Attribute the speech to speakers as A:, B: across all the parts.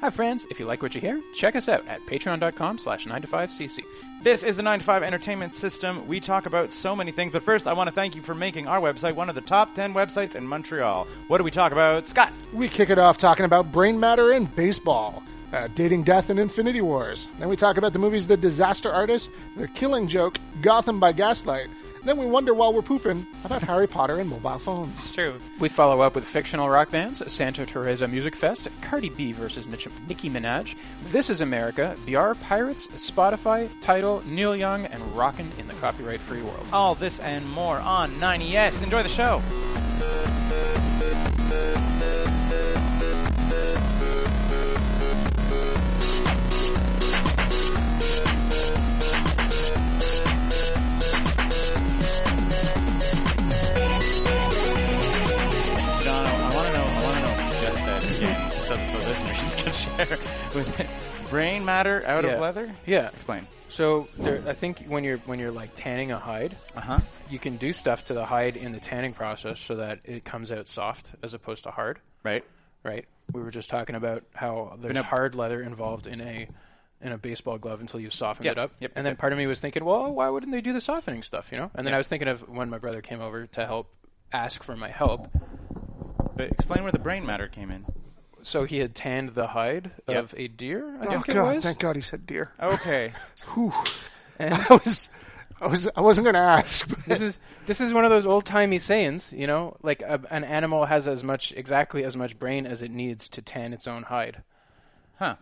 A: Hi, friends. If you like what you hear, check us out at patreon.com slash 9to5cc.
B: This is the 9 to 5 Entertainment System. We talk about so many things, but first, I want to thank you for making our website one of the top 10 websites in Montreal. What do we talk about, Scott?
C: We kick it off talking about brain matter and baseball, uh, dating death and Infinity Wars. Then we talk about the movies The Disaster Artist, The Killing Joke, Gotham by Gaslight. Then we wonder while we're pooping about Harry Potter and mobile phones.
B: True.
A: We follow up with fictional rock bands, Santa Teresa Music Fest, Cardi B versus Nich- Nicki Minaj, This Is America, BR Pirates, Spotify, Title, Neil Young, and Rockin' in the Copyright Free World.
B: All this and more on 90S. Enjoy the show. John, I want to know. I want to know what you just said again, so that the listeners can share with it. Brain matter out
A: Yeah.
B: of leather.
A: Yeah.
B: Explain.
A: So there, I think when you're when you're like tanning a hide,
B: Uh huh.
A: you can do stuff to the hide in the tanning process so that it comes out soft as opposed to hard.
B: Right.
A: Right. We were just talking about how there's
B: no-
A: hard leather involved in a in a baseball glove until you soften
B: Yep,
A: it up.
B: yep,
A: and
B: yep,
A: then
B: yep.
A: part of me was thinking, well, why wouldn't they do the softening stuff? You know. And then
B: Yep.
A: I was thinking of when my brother came over to help ask for my help.
B: But explain where the brain matter came in.
A: So he had tanned the hide
B: Yep.
A: of a deer. I
C: Oh
A: think it
C: God!
A: was.
C: Thank God he said deer.
B: Okay.
C: Whew. I was, I was, I wasn't going to ask. but-
A: this is this is one of those old timey sayings, you know, like a, an animal has as much exactly as much brain as it needs to tan its own hide.
B: huh.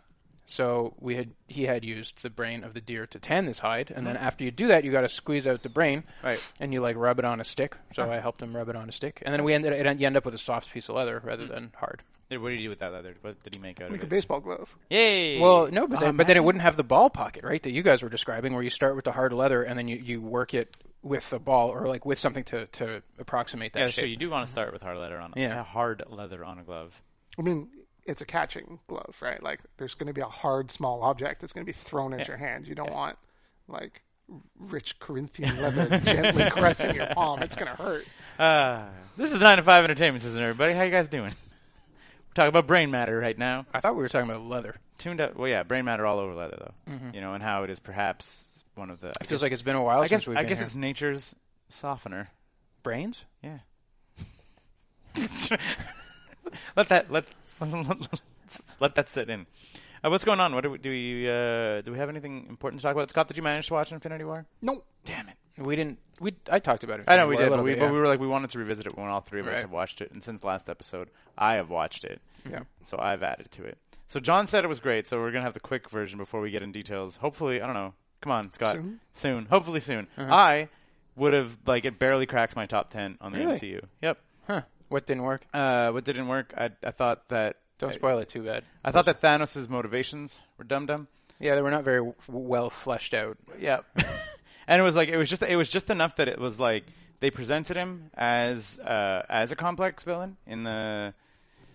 A: So we had he had used the brain of the deer to tan this hide, and then after you do that, you got to squeeze out the brain,
B: Right.
A: And you like rub it on a stick. So I helped him rub it on a stick, and then we ended it, you end up with a soft piece of leather rather than hard.
B: Did- What did he do with that leather? What did he make out
C: like a
B: of it?
C: baseball glove.
B: Yay!
A: Well, no, but
B: Oh,
A: then, but then it
B: imagine-
A: wouldn't have the ball pocket, right? That you guys were describing, where you start with the hard leather and then you, you work it with the ball or like with something to, to approximate that.
B: Yeah,
A: shape.
B: sure. You do want to start with hard leather on.
A: Yeah.
B: uh, Hard leather on a glove.
C: I mean, it's a catching glove, right? Like, there's going to be a hard, small object that's going to be thrown at your hand. You don't want like r- rich Corinthian leather gently caressing your palm. It's going to hurt.
B: Uh, this is the nine to five entertainment system, everybody. How you guys doing? We're talking about brain matter right now.
A: I thought we were talking about leather.
B: Tuned up. Well, yeah, brain matter all over leather though.
A: Mm-hmm.
B: You know, and how it is perhaps one of the. I
A: It feels
B: guess,
A: like it's been a while
B: I
A: since
B: guess,
A: we've
B: I
A: been
B: guess
A: here.
B: it's nature's softener.
A: brains.
B: Yeah. let that let, let that sit in. Uh, what's going on? What do we do? We, uh, do we have anything important to talk about? Scott, did you manage to watch Infinity War?
C: Nope.
B: Damn it!
A: We didn't. We I talked about it.
B: I know we
A: before a
B: did, but
A: little
B: we,
A: bit,
B: but
A: yeah.
B: we were like we wanted to revisit it when all three of us
A: Right.
B: have watched it, and since last episode, I have watched it.
C: Yeah.
B: So I've added to it. So John said it was great. So we're gonna have the quick version before we get in details. Hopefully, I don't know. Come on, Scott.
C: Soon?
B: Hopefully soon.
A: Uh-huh.
B: I would have like it barely cracks my top ten on the
A: Really?
B: MCU. Yep.
A: Huh? What didn't work?
B: Uh, what didn't work? I I thought that
A: Don't
B: I-
A: spoil it too bad.
B: I thought that Thanos' motivations were dumb dumb.
A: Yeah, they were not very w- well fleshed out.
B: Yeah. and it was like it was just it was just enough that it was like they presented him as uh, as a complex villain in the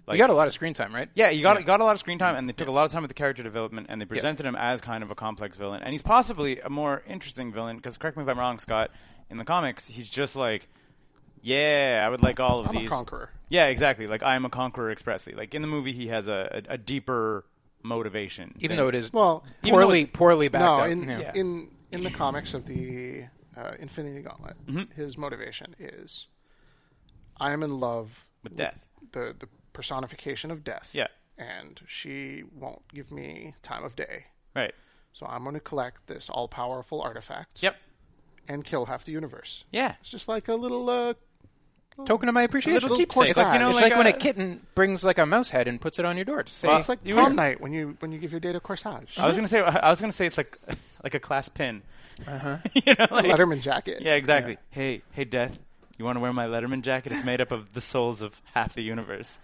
A: You got a lot of screen time, right?
B: yeah, you got got a lot of screen time, and they took a lot of time with the character development, and they presented him as kind of a complex villain, and he's possibly a more interesting villain. Because correct me if I'm wrong, Scott. In the comics, he's just like, yeah, I would like all of
C: I'm a
B: these.
C: conqueror.
B: Yeah, exactly. Like I am a conqueror expressly. Like in the movie, he has a a, a deeper motivation.
A: Even
B: than-
A: though it is
C: Well,
A: poorly
B: even though it's-
A: poorly backed
C: No,
A: up.
C: in,
A: yeah.
C: in in the comics of the uh, Infinity Gauntlet,
B: Mm-hmm.
C: his motivation is I am in love
B: With death.
C: the the personification of death.
B: Yeah.
C: and she won't give me time of day,
B: right.
C: so I'm going to collect this all powerful artifact.
B: Yep.
C: and kill half the universe.
B: Yeah.
C: It's just like a little. Uh,
A: token of my appreciation.
B: little
A: It's like,
B: keepsake. Like, you know,
A: it's
B: like
A: like when a
B: a-
A: kitten brings like a mouse head and puts it on your door. to say-
C: it's like
B: Uh, you Uh,
C: prom
B: was-
C: night when you when you give your date a corsage.
B: I was gonna say I was gonna say it's like like a class pin.
C: Uh-huh.
B: you know, like,
C: Letterman jacket.
B: Yeah, exactly. Hey, hey, Death, you want to wear my Letterman jacket? It's made up of the souls of half the universe.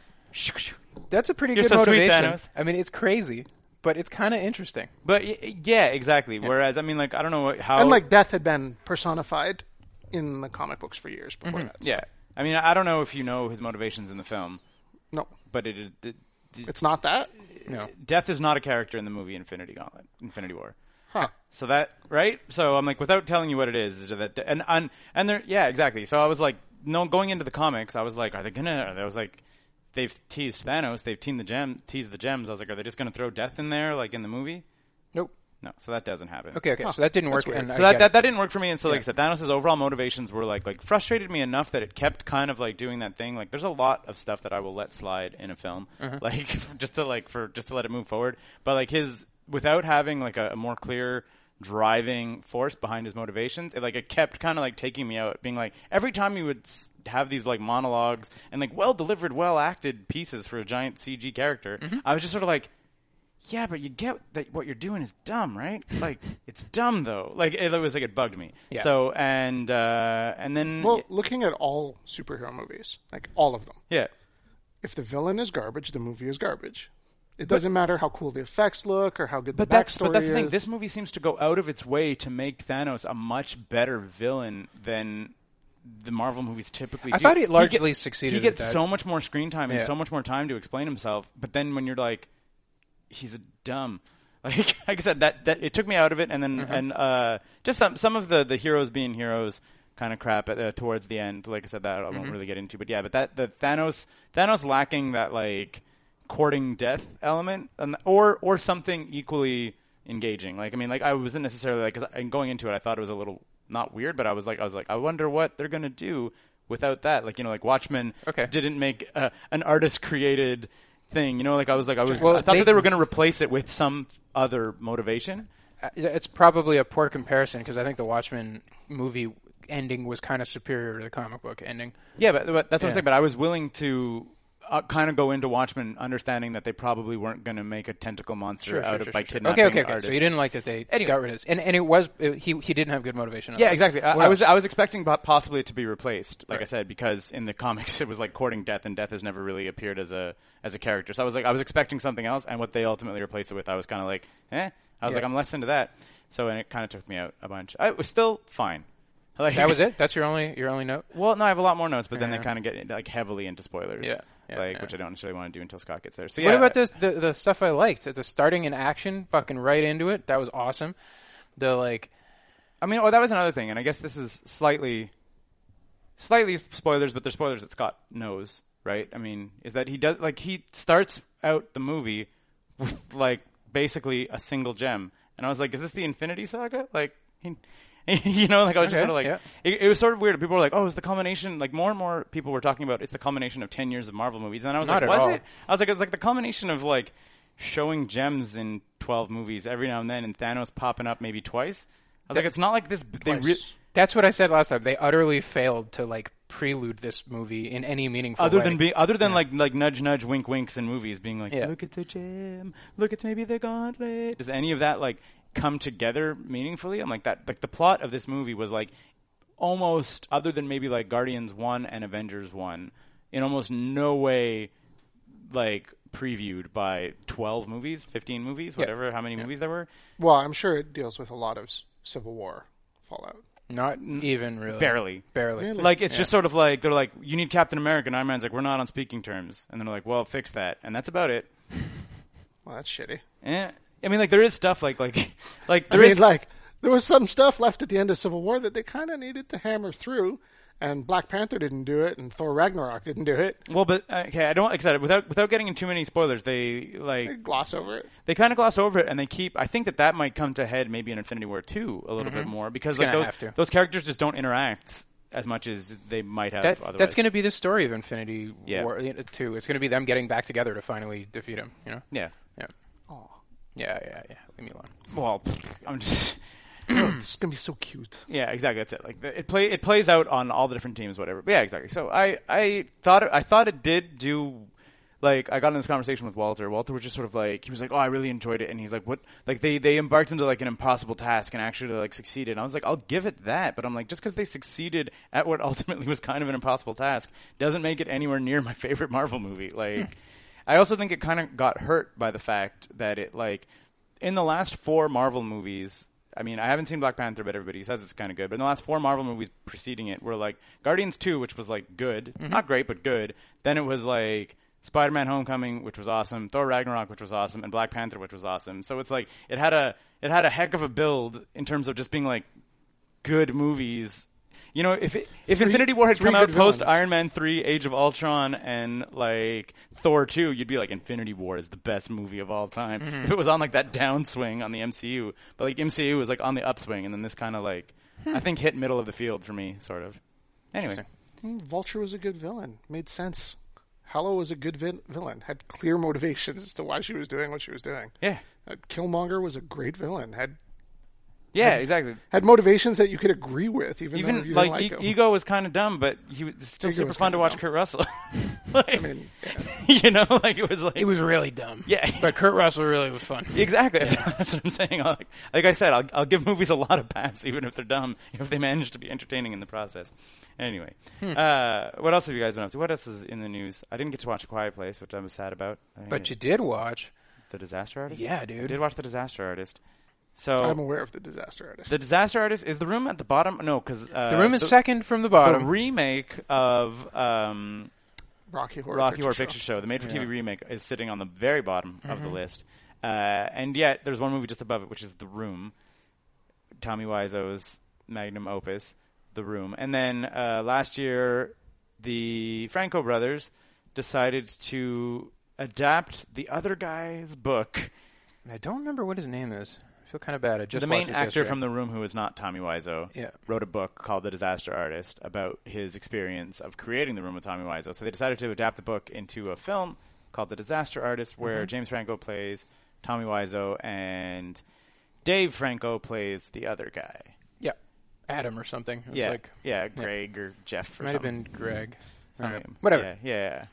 A: that's a pretty
B: You're
A: good
B: so sweet,
A: motivation.
B: Thanos.
A: I mean, it's crazy, but it's kind of interesting.
B: But y- yeah, exactly. Whereas, I mean, like, I don't know what, how.
C: And like death had been personified in the comic books for years before that. so-
B: yeah, I mean, I don't know if you know his motivations in the film,
C: No,
B: but it, it, it-
C: it's not that.
A: No,
B: Death is not a character in the movie Infinity Gauntlet, Infinity War.
C: Huh.
B: So that right? So I'm like, without telling you what it is, is that and and and there, yeah, exactly. So I was like, no, going into the comics, I was like, are they gonna? Are they, I was like, they've teased Thanos, they've teased the gem, teased the gems. I was like, are they just going to throw death in there like in the movie?
A: Nope.
B: No, so that doesn't happen.
A: Okay, okay. So that didn't work.
C: weird.
A: And I
B: So that,
A: get
B: that,
A: it.
B: that didn't work for me, and so like I said, Thanos' overall motivations were like like frustrated me enough that it kept kind of like doing that thing. Like there's a lot of stuff that I will let slide in a film,
A: Mm-hmm.
B: like just to like for just to let it move forward. But like his without having like a, a more clear driving force behind his motivations, it like it kept kind of like taking me out, being like every time he would s- have these like monologues and like well delivered, well acted pieces for a giant CG character,
A: Mm-hmm.
B: I was just sort of like yeah, but you get that what you're doing is dumb, right? Like it's dumb though. Like it was like it bugged me.
A: Yeah.
B: So and uh and then
C: Well, looking at all superhero movies, like all of them,
B: yeah.
C: if the villain is garbage, the movie is garbage. It doesn't matter how cool the effects look or how good
B: But
C: the
B: that's
C: backstory
B: but that's the thing.
C: is.
B: This movie seems to go out of its way to make Thanos a much better villain than the Marvel movies typically
A: I
B: do.
A: thought he
B: He get-
A: largely succeeded
B: He
A: at
B: gets
A: that.
B: so much more screen time and
A: Yeah.
B: so much more time to explain himself. But then when you're like, he's a dumb. Like, like I said, that, that it took me out of it, and then and uh, just some some of the the heroes being heroes kind of crap at, uh, towards the end. Like I said, that I won't really get into, but yeah, but that the Thanos Thanos lacking that like courting death element, and, or or something equally engaging. Like I mean, like I wasn't necessarily like cause I, and going into it, I thought it was a little not weird, but I was like I was like I wonder what they're gonna do without that. Like you know, like Watchmen
A: Okay.
B: didn't make uh, an artist created thing. You know, like I was like I was
A: Well,
B: I thought
A: they-
B: that they were going to replace it with some other motivation.
A: Uh, it's probably a poor comparison because I think the Watchmen movie ending was kind of superior to the comic book ending.
B: Yeah, but, but that's
A: Yeah.
B: what I'm saying. But I was willing to uh, kind of go into Watchmen, understanding that they probably weren't going to make a tentacle monster out of by kidnapping
A: Okay, okay, okay.
B: artists.
A: So you didn't like that they
B: Anyway.
A: got rid of this, and and it was it, he he didn't have good motivation. on
B: Yeah,
A: that.
B: exactly. I,
A: What
B: I was
A: else?
B: I was expecting po- possibly to be replaced, like I
A: Right.
B: said, because in the comics it was like courting death, and death has never really appeared as a as a character. So I was like, I was expecting something else, and what they ultimately replaced it with, I was kind of like, eh. I was
A: Yeah.
B: like, I'm less into that. So and it kind of took me out a bunch. I, it was still fine. Like,
A: that was it. That's your only your only note.
B: Well, no, I have a lot more notes, but then
A: Yeah.
B: they kind of get like heavily into spoilers.
A: Yeah. Yeah,
B: like
A: yeah.
B: which I don't necessarily want to do until Scott gets there. So
A: What
B: yeah,
A: about this the the stuff I liked? The starting in action, fucking right into it. That was awesome. The like
B: I mean, oh, that was another thing, and I guess this is slightly, slightly spoilers, but they're spoilers that Scott knows, right? I mean, is that he does like he starts out the movie with like basically a single gem, and I was like, is this the Infinity Saga? Like, he, you know, like I was just
A: Okay,
B: sort of like,
A: yeah.
B: it, it was sort of weird. People were like, oh, it's the culmination. Like more and more people were talking about it's the culmination of ten years of Marvel movies, and I was
A: Not
B: like,
A: at
B: was
A: all.
B: it? I was like, it's like the culmination of like showing gems in 12 movies every now and then and Thanos popping up maybe twice. I was like, it's not like this. They re-
A: that's what I said last time. They utterly failed to like prelude this movie in any meaningful
B: other
A: way.
B: than being other than like like nudge nudge wink winks in movies being like
A: Yeah.
B: look at the gem, look at maybe the gauntlet. Does any of that like come together meaningfully? I'm like that. Like the plot of this movie was like almost other than maybe like Guardians one and Avengers one in almost no way like previewed by 12 movies 15 movies whatever how many movies there were
C: well, I'm sure it deals with a lot of s- Civil War fallout.
A: not even really
B: Mm. barely
A: barely.
B: Like it's just sort of like they're like, you need Captain America, and Iron Man's like, we're not on speaking terms, and they're like, well, fix that, and that's about it.
C: Well, that's shitty.
B: Eh. I mean, like there is stuff like like like
C: I
B: there is
C: mean, like there was some stuff left at the end of Civil War that they kind of needed to hammer through, and Black Panther didn't do it, and Thor Ragnarok didn't do it.
B: well, but uh, okay, I don't like I said, without without getting in too many spoilers. They like
C: They gloss over it.
B: they kind of gloss over it and they keep i think that that might come to head maybe in infinity war 2 a little bit more because like
A: Mm-hmm. gonna
B: those,
A: have to.
B: those characters just don't interact as much as they might have
A: That,
B: otherwise
A: that's going to be the story of Infinity
B: Yeah.
A: War uh, Two. It's going to be them getting back together to finally defeat him. You know.
B: yeah
A: Yeah. Yeah, yeah, yeah. Leave me alone.
B: well i'm just
C: It's gonna be so cute.
B: Yeah, exactly. That's it. Like the- it play it plays out on all the different teams, whatever. But yeah, exactly. So I I thought it, I thought it did do. Like I got in this conversation with Walter. Walter was just sort of like he was like, "Oh, I really enjoyed it," and he's like, "What?" Like they they embarked into like an impossible task and actually like succeeded. And I was like, "I'll give it that," but I'm like, just because they succeeded at what ultimately was kind of an impossible task doesn't make it anywhere near my favorite Marvel movie. Like, I also think it kind of got hurt by the fact that it like in the last four Marvel movies, I mean, I haven't seen Black Panther, but everybody says it's kind of good. But in the last four Marvel movies preceding it were like Guardians 2, which was like good, not great, but good. Then it was like Spider Man Homecoming, which was awesome, Thor Ragnarok, which was awesome, and Black Panther, which was awesome. So it's like it had a it had a heck of a build in terms of just being like good movies. You know, if it, if
C: Three-
B: Infinity War had
C: three
B: come out
C: good
B: post
C: villains.
B: Iron Man three, Age of Ultron, and like Thor two, you'd be like, Infinity War is the best movie of all time.
C: Mm-hmm.
B: If it was on like that downswing on the MCU, but like MCU was like on the upswing, and then this kind of like I think hit middle of the field for me, sort of. Anyway,
C: Hmm, Vulture was a good villain. Made sense. Hallow was a good vi- villain. Had clear motivations as to why she was doing what she was doing.
B: yeah,
C: Uh, Killmonger was a great villain. Had
B: yeah, exactly.
C: had motivations that you could agree with, even, though
B: Even
C: you
B: like,
C: didn't like
B: E-
C: him.
B: Ego was kind of dumb, but he was still
C: Ego
B: super
C: was
B: fun to
C: kinda
B: watch.
C: dumb.
B: Kurt Russell, like,
C: mean,
B: you know, like it was like
A: It was really dumb.
B: Yeah.
A: But Kurt Russell really was fun.
B: Exactly. That's what I'm saying. I'll- Like, like I said, I'll, I'll give movies a lot of pass, even if they're dumb, if they manage to be entertaining in the process. Anyway,
A: Hmm.
B: uh, what else have you guys been up to? What else is in the news? I didn't get to watch A Quiet Place, which I was sad about. I think
A: But
B: it-
A: you did watch.
B: The Disaster Artist?
A: Yeah, dude.
B: I did watch The Disaster Artist.
C: I'm
B: So,
C: aware of the disaster artist.
B: The Disaster Artist is the room at the bottom? No, because. Uh,
A: The room is second from the bottom.
B: The remake of. Um,
C: Rocky Horror
B: Rocky
C: Picture
B: Horror
C: Show.
B: Picture Show, the made for TV remake, is sitting on the very bottom of the list. Uh, and yet, there's one movie just above it, which is The Room, Tommy Wiseau's magnum opus, The Room. And then uh, last year, the Franco brothers decided to adapt the other guy's book.
A: I don't remember what his name is. I feel kind of bad. I just
B: the
A: watched
B: main
A: this
B: actor
A: yesterday.
B: from The Room, who is not Tommy Wiseau,
A: Yeah.
B: wrote a book called The Disaster Artist about his experience of creating The Room with Tommy Wiseau. So they decided to adapt the book into a film called The Disaster Artist, where
A: Mm-hmm.
B: James Franco plays Tommy Wiseau and Dave Franco plays the other guy.
A: yeah, Adam or something. It was
B: yeah,
A: like
B: yeah, Greg or Jeff or
A: might have
B: something.
A: been Greg.
B: Something.
A: Alright, Whatever.
B: Yeah, yeah.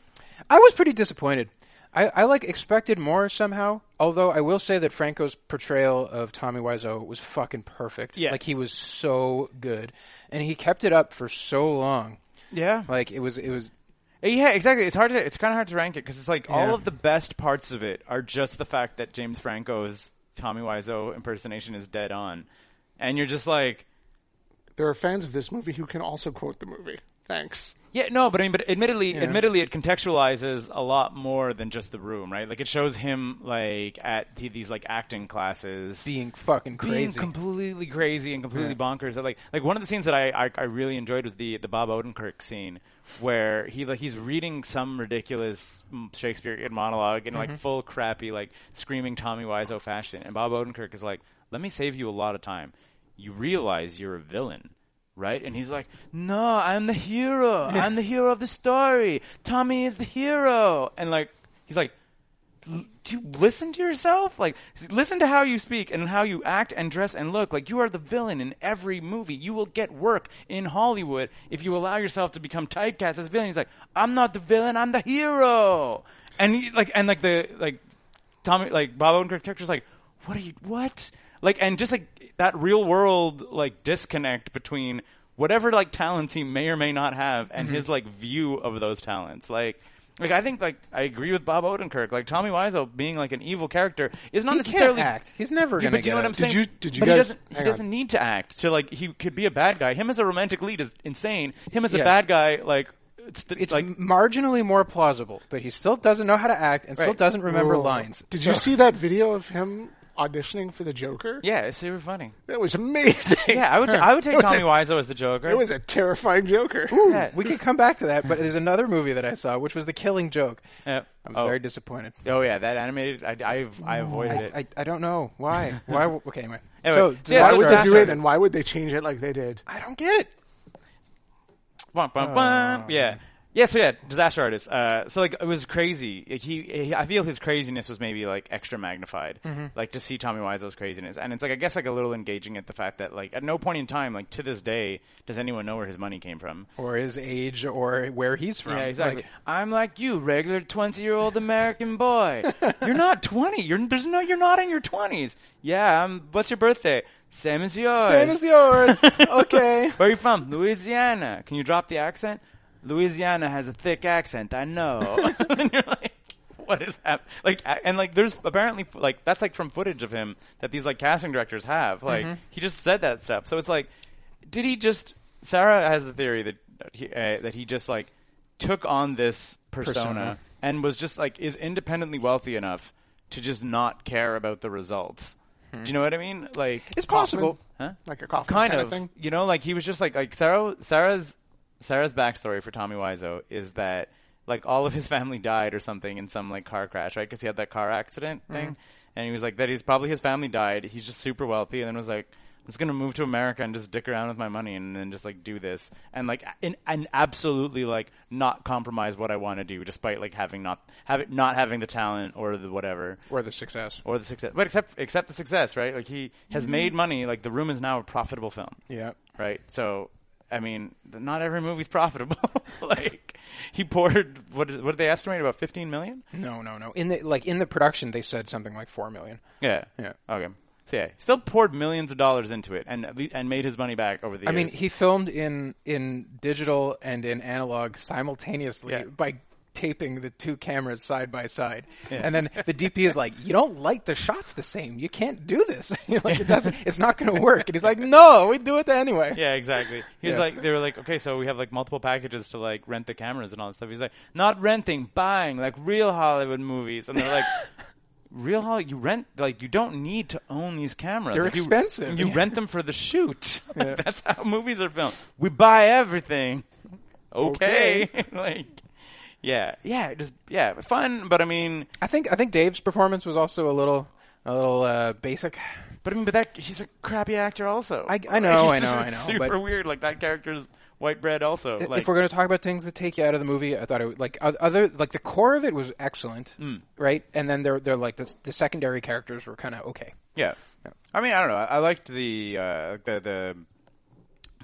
A: I was pretty disappointed. I, I like expected more somehow. Although I will say that Franco's portrayal of Tommy Wiseau was fucking perfect.
B: Yeah.
A: like he was so good, and he kept it up for so long.
B: Yeah.
A: Like it was, it was.
B: Yeah, exactly. It's hard to it's kind of hard to rank it because it's like
A: Yeah.
B: all of the best parts of it are just the fact that James Franco's Tommy Wiseau impersonation is dead on, and you're just like,
C: There are fans of this movie who can also quote the movie. Thanks.
B: yeah, no, but I mean, but admittedly, admittedly, it contextualizes a lot more than just the room, right? Like it shows him like at the, these like acting classes,
A: Being fucking crazy.
B: being completely crazy and completely bonkers. Like like one of the scenes that I, I I really enjoyed was the the Bob Odenkirk scene where he like he's reading some ridiculous mm, Shakespearean monologue in like full crappy like screaming Tommy Wiseau fashion, and Bob Odenkirk is like, "Let me save you a lot of time. You realize you're a villain." Right, and he's like, "No, I'm the hero. I'm the hero of the story. Tommy is the hero." And like, he's like, l- do you listen to yourself? Like, s- listen to how you speak and how you act and dress and look. Like, you are the villain in every movie. You will get work in Hollywood if you allow yourself to become typecast as a villain. He's like, I'm not the villain. I'm the hero. And he, like, and like the like Tommy like Bob Odenkirk's character's like, what are you what? Like and just like that real world like disconnect between whatever like talents he may or may not have
C: Mm-hmm.
B: and his like view of those talents. Like like I think like I agree with Bob Odenkirk. Like Tommy Wiseau being like an evil character is not
A: he
B: necessarily
A: can't act. He's never
B: Yeah,
A: gonna
B: but do
A: get
B: you know what
A: it.
B: I'm saying?
C: you- did you
B: but
C: guys-
B: he doesn't, he
C: hang on.
B: doesn't need to act to like he could be a bad guy. Him as a romantic lead is insane. Him as a
A: Yes.
B: bad guy, like it's,
A: It's
B: like
A: marginally more plausible, but he still doesn't know how to act and still
B: Right.
A: doesn't remember
C: Whoa.
A: lines.
C: Did you see that video of him auditioning for the Joker?
B: yeah, it's super funny.
C: That was amazing.
B: Yeah, I would I would
C: It
B: take
C: was a-
B: Tommy Wiseau as the Joker.
C: It was a terrifying Joker.
B: Yeah.
A: We could come back to that, but there's another movie that I saw, which was The Killing Joke.
B: Yep.
A: I'm
B: oh.
A: very disappointed.
B: Oh yeah, that animated. I I've, I avoided it.
A: I, I don't know why. Why? w- Okay, anyway.
B: Anyway,
A: so
B: yeah,
C: Why
A: disaster
C: would they
A: artist.
C: do it, and why would they change it like they did?
A: I don't get it.
B: Bum,
A: uh,
B: bum, bum. Yeah. Yeah, so yeah, disaster artist. Uh, so like it was crazy. Like, He, he, I feel his craziness was maybe like extra magnified,
A: Mm-hmm.
B: like to see Tommy Wiseau's craziness. And it's like I guess like a little engaging at the fact that like at no point in time, like to this day, does anyone know where his money came from.
A: Or his age, or where he's from.
B: Yeah, exactly.
A: Like,
B: I'm like you, regular 20 year old American boy. you're not 20. You're there's no. You're not in your 20s. Yeah. I'm, what's your birthday? Same as yours.
A: Same as yours. okay.
B: Where are you from? Louisiana. Can you drop the accent? Louisiana has a thick accent. I know. and you're like, what is happening? Like, a- and like, there's apparently like that's like from footage of him that these like casting directors have. Like,
A: Mm-hmm.
B: he just said that stuff. So it's like, did he just? Sarah has the theory that he, uh, that he just like took on this
A: Persona.
B: persona and was just like is independently wealthy enough to just not care about the results Do you know what I mean? Like,
A: Hmm. It's possible.
B: huh?
C: like a coffin
B: kind, of,
C: thing.
B: You know, like he was just like like Sarah Sarah's Sarah's backstory for Tommy Wiseau is that like all of his family died or something in some like car crash, right? Because he had that car accident thing, and he was like that. He's probably his family died. He's just super wealthy, and then was like. I'm just gonna move to America and just dick around with my money and then just like do this and like and, and absolutely like not compromise what I want to do despite like having not have not having the talent or the whatever
A: Or the success.
B: or the success. But except except the success, right? Like he has made money. Like the room is now a profitable film,
A: Mm-hmm. Yeah.
B: right? So I mean, th- not every movie's profitable. like he poured what is, what did they estimate about fifteen million?
A: No, no, no. In the like in the production, they said something like four million.
B: Yeah,
A: Yeah.
B: okay. So yeah, he still poured millions of dollars into it and at lea- and made his money back over the
A: I
B: years.
A: mean, he filmed in in digital and in analog simultaneously
B: Yeah.
A: by taping the two cameras side by side, and then the DP is like, "You don't like the shots the same. You can't do this. You're like, it doesn't. It's not going to work." And he's like, "No, we do it anyway."
B: Yeah, exactly. He was
A: Yeah.
B: like, they were like, okay, so we have like multiple packages to like rent the cameras and all that stuff. He's like, not renting, buying, like real Hollywood movies. And they're like, real Hollywood, you rent, like you don't need to own these cameras.
A: They're
B: Like, you-
A: expensive.
B: You,
A: Yeah.
B: rent them for the shoot. Like, That's how movies are filmed. We buy everything. Okay, like. Yeah, yeah, just yeah, fun. But I mean,
A: I think I think Dave's performance was also a little a little uh, basic.
B: but I mean, but that he's a crappy actor also.
A: I- I know, I
B: He's just
A: know, I know,
B: Super
A: but-
B: weird. Like that character's white bread also. like,
A: if we're going to talk about things that take you out of the movie, I thought it would, like o- other like the core of it was excellent,
B: Mm.
A: right? And then they're they're like the, the secondary characters were kind of okay.
B: Yeah. I mean, I don't know. I, I liked the uh, the the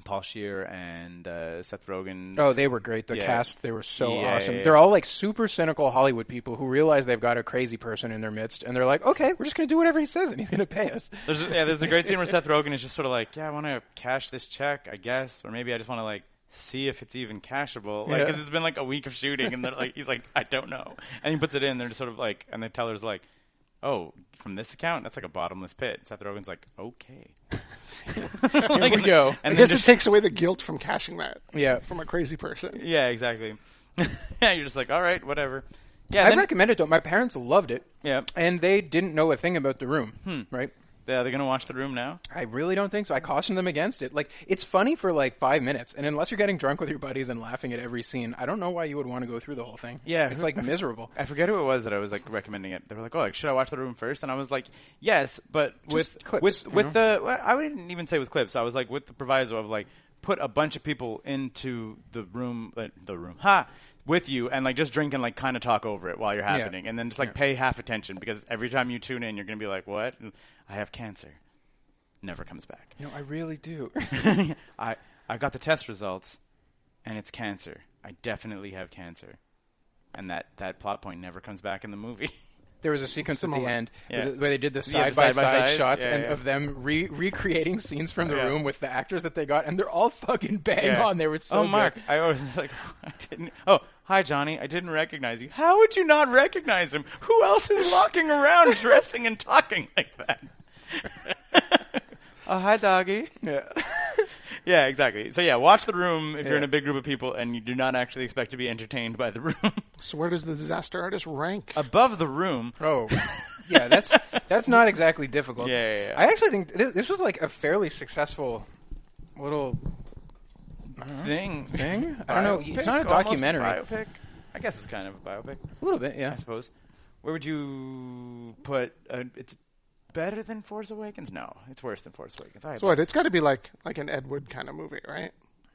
B: Paul Shear and uh, Seth Rogen.
A: Oh, they were great. The
B: Yeah.
A: cast, they were so
B: Yeah,
A: awesome.
B: yeah, yeah.
A: They're all like super cynical Hollywood people who realize they've got a crazy person in their midst, and they're like, okay, we're just going to do whatever he says, and he's going to pay us.
B: There's yeah, there's a great scene where Seth Rogen is just sort of like, yeah, I want to cash this check, I guess, or maybe I just want to like see if it's even cashable. Like,
A: Yeah.
B: 'cause it's been like a week of shooting, and they're like, he's like, I don't know, and he puts it in. They're just sort of like, and the teller's like, oh, from this account, that's like a bottomless pit. Seth Rogen's like, okay, here
A: we go.
C: I
B: And then
C: guess
B: just-
C: it takes away the guilt from cashing that.
A: Yeah.
C: From a crazy person.
B: yeah, exactly. yeah, you're just like, all right, whatever. Yeah,
A: I
B: then-
A: recommend it though. My parents loved it,
B: Yeah. Hmm.
A: and they didn't know a thing about the room, right?
B: Yeah, they're gonna watch the room now.
A: I really don't think so. I cautioned them against it. Like, it's funny for like five minutes, and unless you're getting drunk with your buddies and laughing at every scene, I don't know why you would want to go through the whole thing.
B: Yeah.
A: it's like miserable.
B: I forget who it was that I was like recommending it. They were like, "Oh, like, should I watch the room first? And I was like, "Yes," but
A: Just
B: with
A: clips,
B: with
A: you
B: with the well, I wouldn't even say with clips. I was like with the proviso of like put a bunch of people into the room, uh, the room, ha, with you, and like just drink and like kind of talk over it while you're happening, and then just like pay half attention because every time you tune in, you're gonna be like, "What? I have cancer." Never comes back.
A: No, I really do.
B: I I got the test results, and it's cancer. I definitely have cancer, and that that plot point never comes back in the movie.
A: There was a sequence at the
C: Similar.
A: end
B: Yeah.
A: where- where they did the
B: Yeah, the
A: side by
B: side-by-side.
A: side shots
B: Yeah,
A: and
B: yeah.
A: of them re- recreating scenes from the
B: Yeah.
A: room with the actors that they got, and they're all fucking bang on. They were so
B: oh Mark,
A: good.
B: I was like, I didn't. Oh hi Johnny, I didn't recognize you. How would you not recognize him? Who else is walking around dressing and talking like that? oh hi doggy.
A: Yeah.
B: Yeah, exactly. So yeah, watch the room if you're
A: Yeah.
B: in a big group of people and you do not actually expect to be entertained by the room.
C: So where does the disaster artist rank?
B: Above the room,
A: Oh, yeah. That's that's not exactly difficult.
B: Yeah, yeah, yeah.
A: I actually think th- this was like a fairly successful little.
B: thing thing.
A: I don't know. It's not a
B: Biopic? Almost
A: documentary.
B: Biopic. I guess it's kind of a biopic.
A: A little bit, yeah.
B: I suppose. Where would you put? Uh, it's better than Force Awakens. No, it's worse than Force Awakens. I
C: So what? It's got to be like like an Ed Wood kind of movie, right?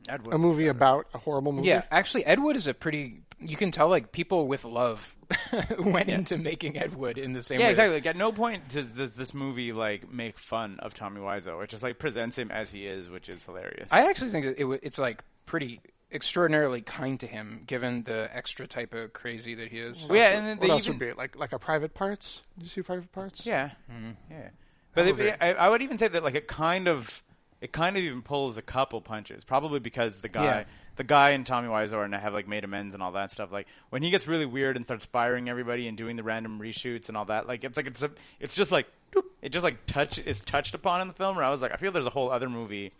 B: I'd
C: A movie about a horrible movie.
A: Yeah, actually, Ed Wood is a pretty. You can tell like people with love went into making Ed Wood in the same
B: Yeah,
A: way.
B: exactly. Like, at no point does, does this movie like make fun of Tommy Wiseau. It just like presents him as he is, which is hilarious.
A: I actually think that it, wa- it's like pretty extraordinarily kind to him, given the extra type of crazy that he is.
B: Well, yeah, and then
C: What
B: they
C: else
B: even,
C: would be like like a Private Parts? Did you see Private Parts?
B: Yeah, yeah. Mm-hmm. But if, I, I would even say that like it kind of it kind of even pulls a couple punches, probably because the guy
A: Yeah.
B: the guy and Tommy Wiseau and have like made amends and all that stuff. Like when he gets really weird and starts firing everybody and doing the random reshoots and all that, like it's like it's a, it's just like doop. it just like touch is touched upon in the film. Where I was like, I feel there's a whole other movie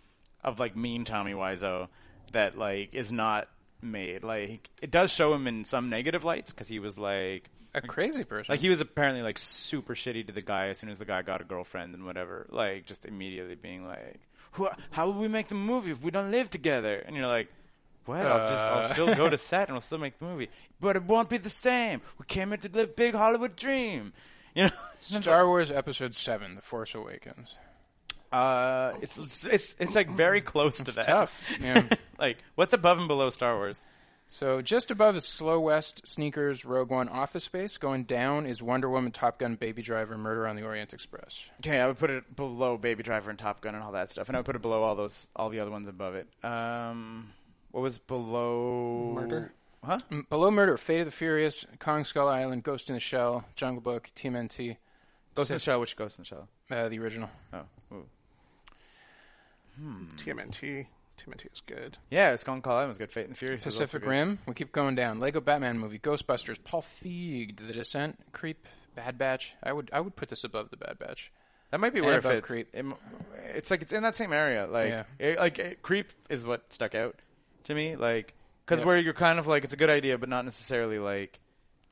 B: of like mean Tommy Wiseau that like is not made. Like it does show him in some negative lights because he was like
A: a crazy person.
B: Like he was apparently like super shitty to the guy as soon as the guy got a girlfriend and whatever. Like just immediately being like, "Who? How will we make the movie if we don't live together?" And you're like, "Well, I'll just I'll
A: Uh.
B: still go to set and we'll still make the movie, but it won't be the same. We came here to live big Hollywood dream." You know, And it's
A: Star Wars Episode Seven: The Force Awakens.
B: like, uh, it's it's it's like very close to that.
A: tough, yeah.
B: like what's above and below Star Wars?
A: So just above is Slow West, Sneakers, Rogue One, Office Space. Going down is Wonder Woman, Top Gun, Baby Driver, Murder on the Orient Express.
B: Okay, I would put it below Baby Driver and Top Gun and all that stuff, and I would put it below all those, all the other ones above it. Um, what was below
C: Murder.
B: Huh?
A: M- Below Murder, Fate of the Furious, Kong Skull Island, Ghost in the Shell, Jungle Book, TMNT,
B: Ghost in the Shell. Which Ghost in the Shell?
A: uh, the original.
B: Oh, ooh.
C: TMNT. TMNT is good.
B: yeah, it's Gone Call Island was good. Fate and the Furious. was also
A: Pacific
B: good.
A: Rim. We keep going down. Lego Batman movie, Ghostbusters, Paul Feig, The Descent, Creep, Bad Batch. I would I would put this above The Bad Batch.
B: That might be where it
A: above
B: fits.
A: Creep.
B: It m- it's like it's in that same area. Like,
A: Yeah.
B: it- like it- Creep is what stuck out to me. Like, because
A: Yeah.
B: where you're kind of like it's a good idea, but not necessarily like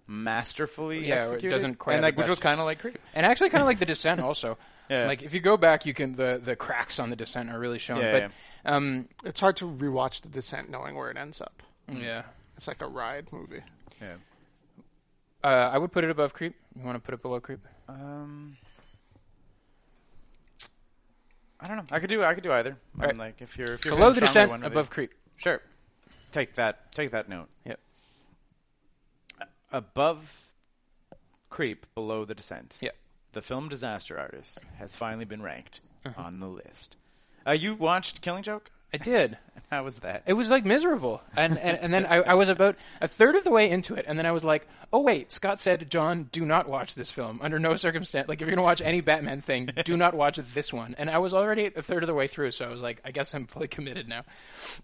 B: masterfully
A: Yeah, or it
B: executed.
A: doesn't quite
B: and
A: have
B: like
A: the
B: which
A: best-
B: was kind of like Creep.
A: And I actually kind of like The Descent also.
B: Yeah.
A: Like if you go back, you can the the cracks on The Descent are really shown.
B: Yeah,
A: but um
C: It's hard to rewatch The Descent knowing where it ends up.
A: yeah.
C: It's like a ride movie.
B: Yeah.
A: Uh, I would put it above Creep. You want to put it below Creep?
B: Um, I don't know. I could do. I could do either. I
A: Alright.
B: mean, like if you're if you're
A: Below
B: feeling
A: The
B: strongly
A: Descent,
B: one way or the
A: above Creep.
B: other. Sure. Take that. Take that note.
A: Yep.
B: Above creep, below the descent.
A: Yep.
B: The film Disaster Artist has finally been ranked on the list. Uh, you watched Killing Joke?
A: I did.
B: How was that?
A: It was like miserable, and and, and then I, I was about a third of the way into it, and then I was like, "Oh wait!" Scott said, "John, do not watch this film under no circumstance. Like, if you're gonna watch any Batman thing, do not watch this one." And I was already a third of the way through, so I was like, "I guess I'm fully committed now."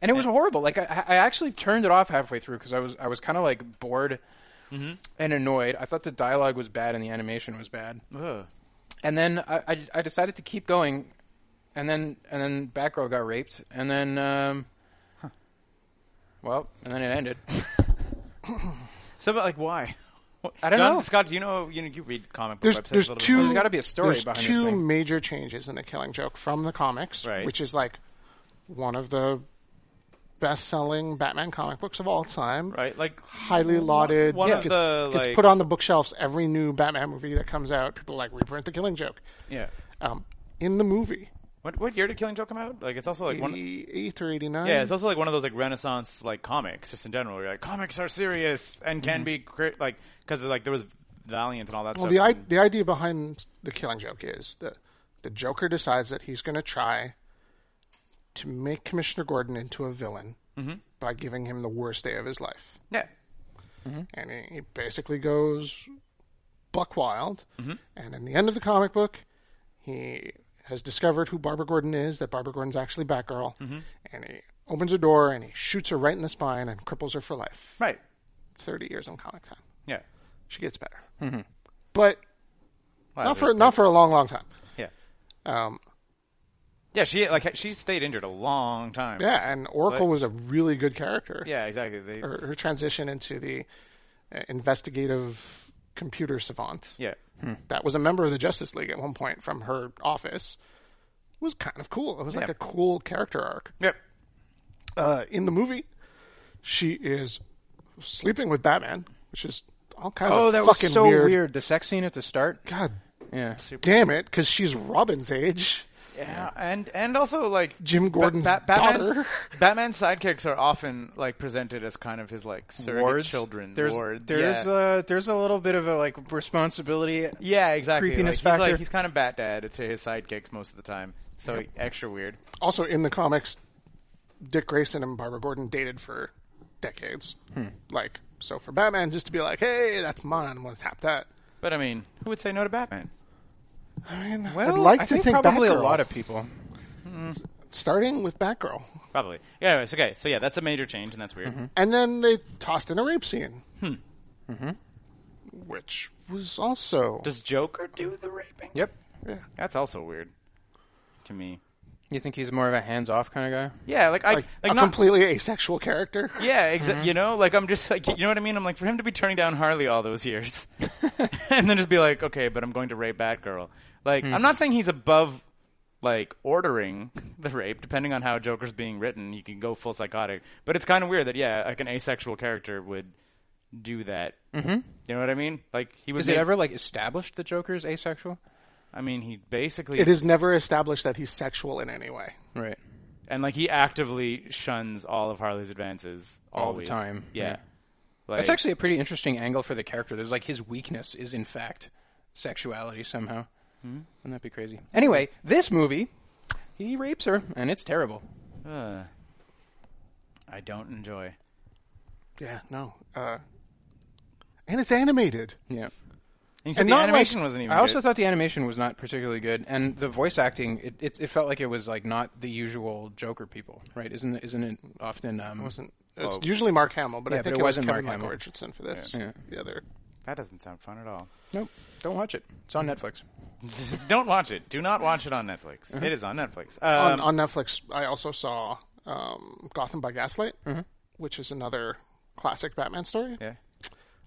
A: And it was horrible. Like, I, I actually turned it off halfway through because I was I was kind of like bored and annoyed. I thought the dialogue was bad and the animation was bad
B: Ugh.
A: and then I, I, I decided to keep going, and then and then Batgirl got raped, and then um, well, and then it ended.
B: So, but like, why?
A: I don't
B: John,
A: know.
B: Scott, do you know? You know, you read comic book
C: There's,
B: websites.
C: there's
B: a little
C: two.
B: Bit.
A: There's gotta be a story
C: there's
A: behind this
C: two
A: thing.
C: major changes in the Killing Joke from the comics,
B: Right.
C: which is like one of the best-selling Batman comic books of all time.
B: Right, like
C: Highly lauded.
B: one of
C: gets,
B: the,
C: gets
B: like-
C: put on the bookshelves every new Batman movie that comes out. People like reprint the Killing Joke.
B: yeah.
C: Um, in the movie,
B: What what year did Killing Joke come out? Like, it's also like one.
C: eighty-eight or eighty-nine.
B: Yeah, it's also like one of those like Renaissance like comics, just in general. Where you're like comics are serious and can be cri- like because like there was Valiant and all that
C: Mm-hmm. Well,
B: stuff.
C: the, I- the idea behind the Killing Joke is that the Joker decides that he's going to try to make Commissioner Gordon into a villain by giving him the worst day of his life.
B: yeah,
C: And he, he basically goes buck wild. And in the end of the comic book, he has discovered who Barbara Gordon is, that Barbara Gordon's actually Batgirl. And he opens a door and he shoots her right in the spine and cripples her for life.
B: right,
C: 30 years on comic time.
B: yeah,
C: She gets better. But
B: Well,
C: not for,
B: there's-
C: not for a long, long time.
B: yeah,
C: Um,
B: yeah. She like she stayed injured a long time.
C: yeah, and Oracle
B: Like-
C: was a really good character.
B: yeah, exactly. They,
C: Her, her transition into the uh, investigative computer savant
B: yeah,
C: that was a member of the Justice League at one point from her office was kind of cool. It was like
B: Yeah.
C: a cool character arc.
B: yep,
C: Uh, in the movie, she is sleeping with Batman, which is all kinds
A: Oh,
C: of
A: that
C: fucking
A: was so weird.
C: weird.
A: The sex scene at the start.
C: God
A: Yeah.
C: damn it, because she's Robin's age.
B: yeah, and and also like
C: Jim Gordon's
B: Batman's,
C: daughter.
B: Batman's sidekicks are often like presented as kind of his like surrogate children.
A: There's
B: wards.
A: there's
B: yeah.
A: uh, there's a little bit of a like responsibility.
B: yeah, exactly.
A: creepiness
B: like, He's,
A: factor.
B: like, he's kind of bat dad to his sidekicks most of the time, so extra weird.
C: also in the comics, Dick Grayson and Barbara Gordon dated for decades. Like, so for Batman just to be like, hey, that's mine, I'm going to tap that.
B: But I mean, who would say no to Batman?
C: I mean,
A: Well,
C: I'd like
A: I
C: to
A: think,
C: think
A: probably
C: Batgirl,
A: a lot of people.
C: starting with Batgirl.
B: Probably. Yeah, anyways, okay. So yeah, that's a major change, and that's weird.
C: And then they tossed in a rape scene. Hmm. Mm-hmm. Which was also.
B: Does Joker do the raping?
A: Yep.
C: yeah.
B: That's also weird to me.
A: You think he's more of a hands-off kind of guy?
B: Yeah, like I
C: Like,
B: like,
C: a
B: not
C: completely asexual character.
B: Yeah,
A: Mm-hmm.
B: exactly. You know, like I'm just like you know what I mean. I'm like for him to be turning down Harley all those years, and then just be like, okay, but I'm going to rape Batgirl. Like
A: Hmm.
B: I'm not saying he's above like ordering the rape, depending on how Joker's being written. You can go full psychotic, but it's kind of weird that yeah, like an asexual character would do that. Mm-hmm. You know what I mean? Like he was.
A: Is it ever like established that Joker is asexual?
B: I mean, he basically
C: It is never established that he's sexual in any way.
A: Right.
B: and like he actively shuns all of Harley's advances
A: All the
B: always.
A: time,
B: Yeah.
A: right.
B: Like,
A: That's actually a pretty interesting angle for the character. There's like his weakness is in fact sexuality somehow.
B: Hmm?
A: Wouldn't that be crazy? Anyway, this movie, he rapes her, and it's terrible.
B: uh, I don't enjoy.
C: Yeah, no. Uh, and it's animated.
A: Yeah.
B: And you said
C: And
B: the
C: not like-
B: animation wasn't even.
A: I also
B: good.
A: thought the animation was not particularly good, and the voice acting it, it, it felt like it was like not the usual Joker people, right? Isn't isn't it often? Um,
C: Wasn't it's
B: Oh.
C: usually Mark Hamill, but I
A: Yeah,
C: think
A: but it
C: it, was
A: wasn't Mark
C: Kevin Michael
A: Hamill.
C: Richardson for this.
A: Yeah.
C: The other.
B: that doesn't sound fun at all.
A: Nope, don't watch it. It's on Netflix.
B: Don't watch it. Do not watch it on Netflix. It is on Netflix. Um,
C: Uh-huh. on, on Netflix, I also saw um, Gotham by Gaslight,
A: Mm-hmm.
C: which is another classic Batman story.
B: yeah.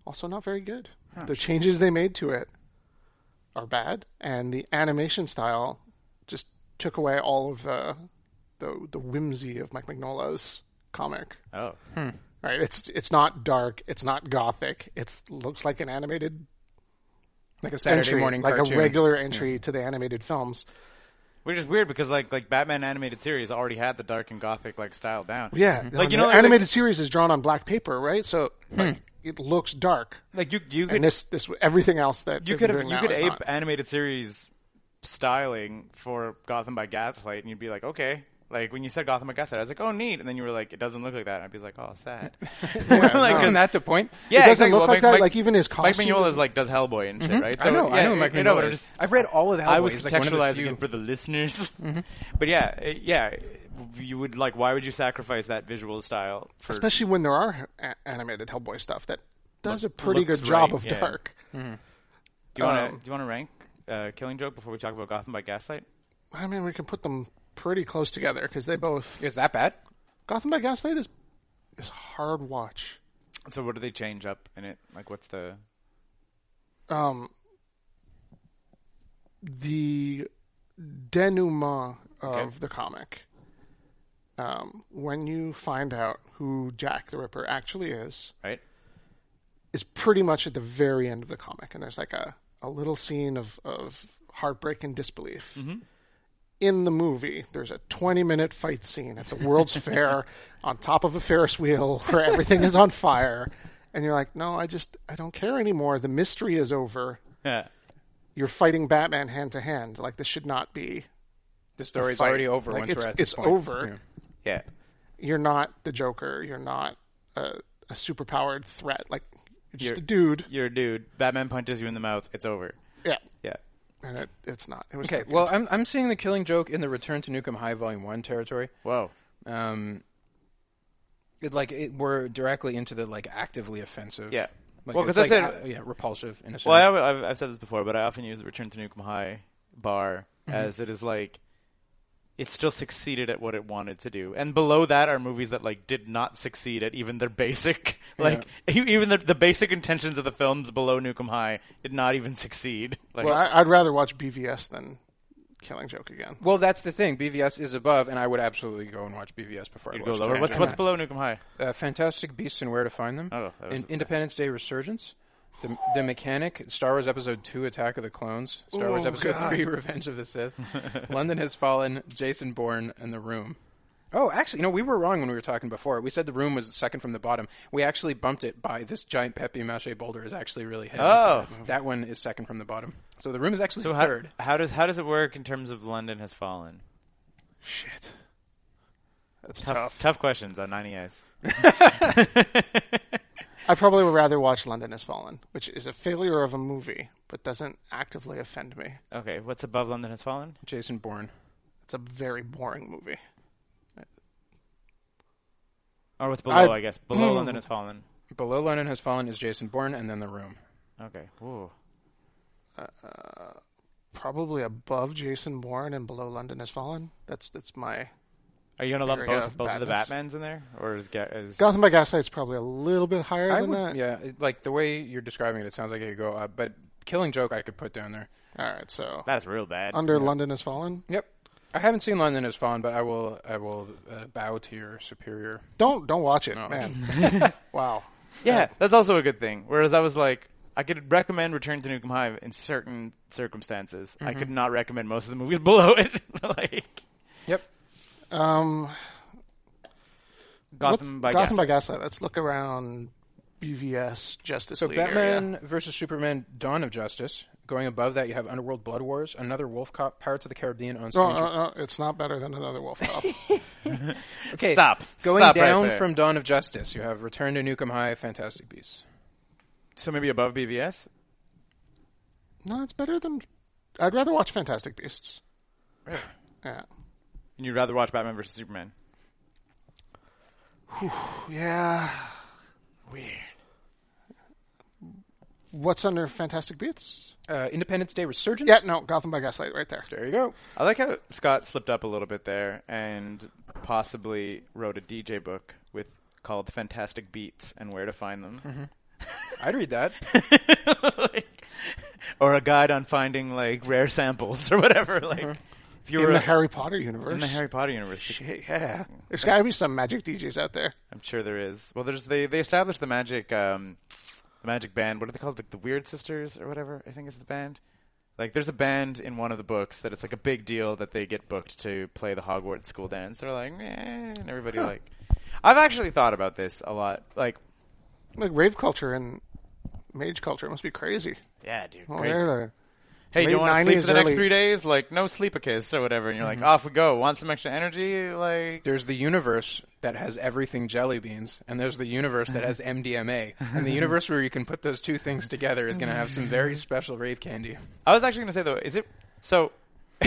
C: Also, not very good. The changes they made to it are bad, and the animation style just took away all of the the, the whimsy of Mike Mignola's comic.
B: Oh.
C: Hmm. Right? It's it's not dark. It's not gothic. It looks like an animated
A: Like a Saturday
C: entry,
A: morning
C: like
A: cartoon.
C: a regular entry to the animated films.
B: Which is weird because like like Batman animated series already had the dark and gothic like style down. Like you
C: Yeah, Um, the
B: know like- Hmm.
C: animated series is drawn on black paper, right? So like, it looks dark,
B: like, you you
C: and
B: could
C: this this everything else that
B: you
C: they've
B: could have,
C: been doing
B: you
C: now
B: could
C: is
B: ape
C: not.
B: animated series styling for Gotham by Gaslight and you'd be like, "Okay." Like when you said Gotham by Gaslight, I was like, "Oh, neat." And then you were like, "It doesn't look like that." And I'd be like, "Oh, sad." like,
A: Isn't
B: 'cause-
A: that the point?
B: yeah,
C: It doesn't
B: exactly.
C: look
B: Well,
C: like
B: Mike-
C: that.
B: Mike-
C: like even his
B: Mike
C: costume. Mm-hmm.
B: Mignola
C: is-
B: is like does Hellboy and shit, right?
A: I know, I know
B: yeah,
A: Mike
B: you know,
A: Mignola
B: but I'm
A: is.
B: just-
A: I've read all of Hellboy.
B: I was
A: He's, like, one of the
B: contextualizing
A: few- Mm-hmm.
B: it for the listeners, but yeah, it- yeah, you would like. Why would you sacrifice that visual style for?
C: especially when there are a- animated Hellboy stuff that does a pretty
B: looks
C: good
B: right,
C: job of
B: yeah.
C: dark.
B: do you want to
C: um,
B: do you want to rank uh, Killing Joke before we talk about Gotham by Gaslight?
C: I mean, we can put them pretty close together because they both
A: Is that bad?
C: Gotham by Gaslight is is hard watch.
B: So what do they change up in it? Like, what's the?
C: Um, the denouement of
B: Okay.
C: the comic. Um, when you find out who Jack the Ripper actually is,
B: Right.
C: is pretty much at the very end of the comic, and there's like a, a little scene of, of heartbreak and disbelief. In the movie, there's a 20 minute fight scene at the World's Fair on top of a Ferris wheel where everything is on fire, and you're like, no, I just I don't care anymore. The mystery is over.
B: Yeah.
C: You're fighting Batman hand to hand. Like this should not be.
A: The story's
C: fight.
A: already over
C: Like,
A: once
C: it's,
A: we're at
C: it's
A: this point.
C: over.
B: Yeah.
C: You're not the Joker. You're not a, a superpowered threat. Like you're just
B: You're-
C: a dude.
B: You're a dude. Batman punches you in the mouth. It's over.
C: Yeah,
B: Yeah.
C: and it, it's not. It was
A: Okay, well, I'm I'm seeing the Killing Joke in the Return to Nukem High Volume One territory.
B: Whoa.
A: Um, it, like it, we're directly into the like actively offensive.
B: Yeah.
A: like,
B: Well,
A: it's,
B: 'cause that's
A: like,
B: it.
A: a- yeah, repulsive in a sense.
B: Well, I, alwa- I've, I've said this before, but I often use the Return to Nukem High bar as it is like it still succeeded at what it wanted to do, and below that are movies that like did not succeed at even their basic like e- even the, the basic intentions of the films below Nukem High did not even succeed. Like,
C: Well, I, I'd rather watch BVS than Killing Joke again.
A: Well, that's the thing. BVS is above, and I would absolutely go and watch BVS before I
B: you go
A: watch
B: lower.
A: Killing
B: What's
A: Joke.
B: what's below Nukem High?
A: uh, Fantastic Beasts and Where to Find Them,
B: Oh, that was-
A: In- Independence Day Resurgence, the, the Mechanic, Star Wars Episode Two: Attack of the Clones, Star Wars
C: Oh,
A: Episode
C: God.
A: Three: Revenge of the Sith, London Has Fallen, Jason Bourne, and The Room. Oh, actually, no, we were wrong when we were talking before. We said The Room was second from the bottom. We actually bumped it by this giant Pepe Mache boulder is actually really heavy.
B: Oh.
A: that one is second from the bottom. So The Room is actually
B: So how,
A: third.
B: how does how does it work in terms of London has fallen?
C: Shit. That's
B: Tough,
C: tough.
B: tough questions on E 90s.
C: I probably would rather watch London Has Fallen, which is a failure of a movie, but doesn't actively offend me.
B: Okay, what's above London has fallen?
A: Jason Bourne.
C: It's a very boring movie.
B: Or what's below?
C: I-
B: I, guess below London has fallen.
A: Below London Has Fallen is Jason Bourne, and then The Room.
B: Okay. Ooh.
C: probably above Jason Bourne and below London Has Fallen. That's that's my
B: Are you gonna love
C: There we
B: both
C: go,
B: both of the
C: Batmans.
B: Batmans in there, or is, Ga- is
C: Gotham by Gaslight's probably a little bit higher
A: I
C: than
A: would,
C: that.
A: yeah, it- like the way you're describing it, it sounds like it could go up. But Killing Joke, I could put down there.
C: All right, so
B: that's real bad?
C: under London Has Fallen.
A: Yep. I haven't seen London is Fallen, but I will. I will uh, bow to your superior.
C: Don't don't watch it, man. wow.
B: yeah, that's also a good thing. Whereas I was like, I could recommend Return to Nukem Hive in certain circumstances. I could not recommend most of the movies below it, like
A: Yep.
C: Um,
B: Gotham
C: look-
B: by Gaslight.
C: Gotham by Gaslight. Let's look around BVS Justice
A: So
C: League area.
A: Batman versus Superman: Dawn of Justice. Going above that, you have Underworld Blood Wars, another Wolf Cop, Pirates of the Caribbean on
C: No,
A: screen.
C: no, no, uh, it's not better than another Wolf Cop.
A: okay,
B: Stop.
A: Going
B: Stop right
A: down
B: there.
A: from Dawn of Justice, you have Return to Nukem High, Fantastic Beasts.
B: So maybe above BVS.
C: no, it's better than. I'd rather watch Fantastic Beasts. Yeah.
B: And you'd rather watch Batman versus Superman.
C: Yeah.
B: Weird.
C: What's under Fantastic Beasts?
A: Uh, Independence Day Resurgence.
C: Yeah, no, Gotham by Gaslight, right there.
A: There you go.
B: I like how Scott slipped up a little bit there and possibly wrote a DJ book with called Fantastic Beats and Where to Find Them.
A: I'd read that.
B: Like, or a guide on finding like rare samples or whatever. Like if you
C: Uh-huh. In
B: were
C: the
B: a-
C: Harry Potter universe.
B: in the Harry Potter universe,
C: Shit, yeah. There's got to be some magic DJs out there.
B: I'm sure there is. Well, there's they they established the magic um, the magic band. What are they called? Like the Weird Sisters or whatever. I think is the band. Like there's a band in one of the books that it's like a big deal that they get booked to play the Hogwarts school dance. They're like, eh, and everybody like. I've actually thought about this a lot. Like,
C: Like rave culture and mage culture. It must be crazy.
B: yeah, dude.
C: Oh,
B: crazy.
C: they're the-
B: hey, do
C: late
B: you want to sleep
C: 90s,
B: for the next
C: early-
B: three days? Like, no sleep a kiss or whatever. And you're
A: Mm-hmm.
B: like, off we go. Want some extra energy? Like,
A: There's the universe that has everything jelly beans, and there's the universe that
B: Uh-huh.
A: has MDMA. And the universe where you can put those two things together is going to have some very special rave candy.
B: I was actually going to say though, is it so?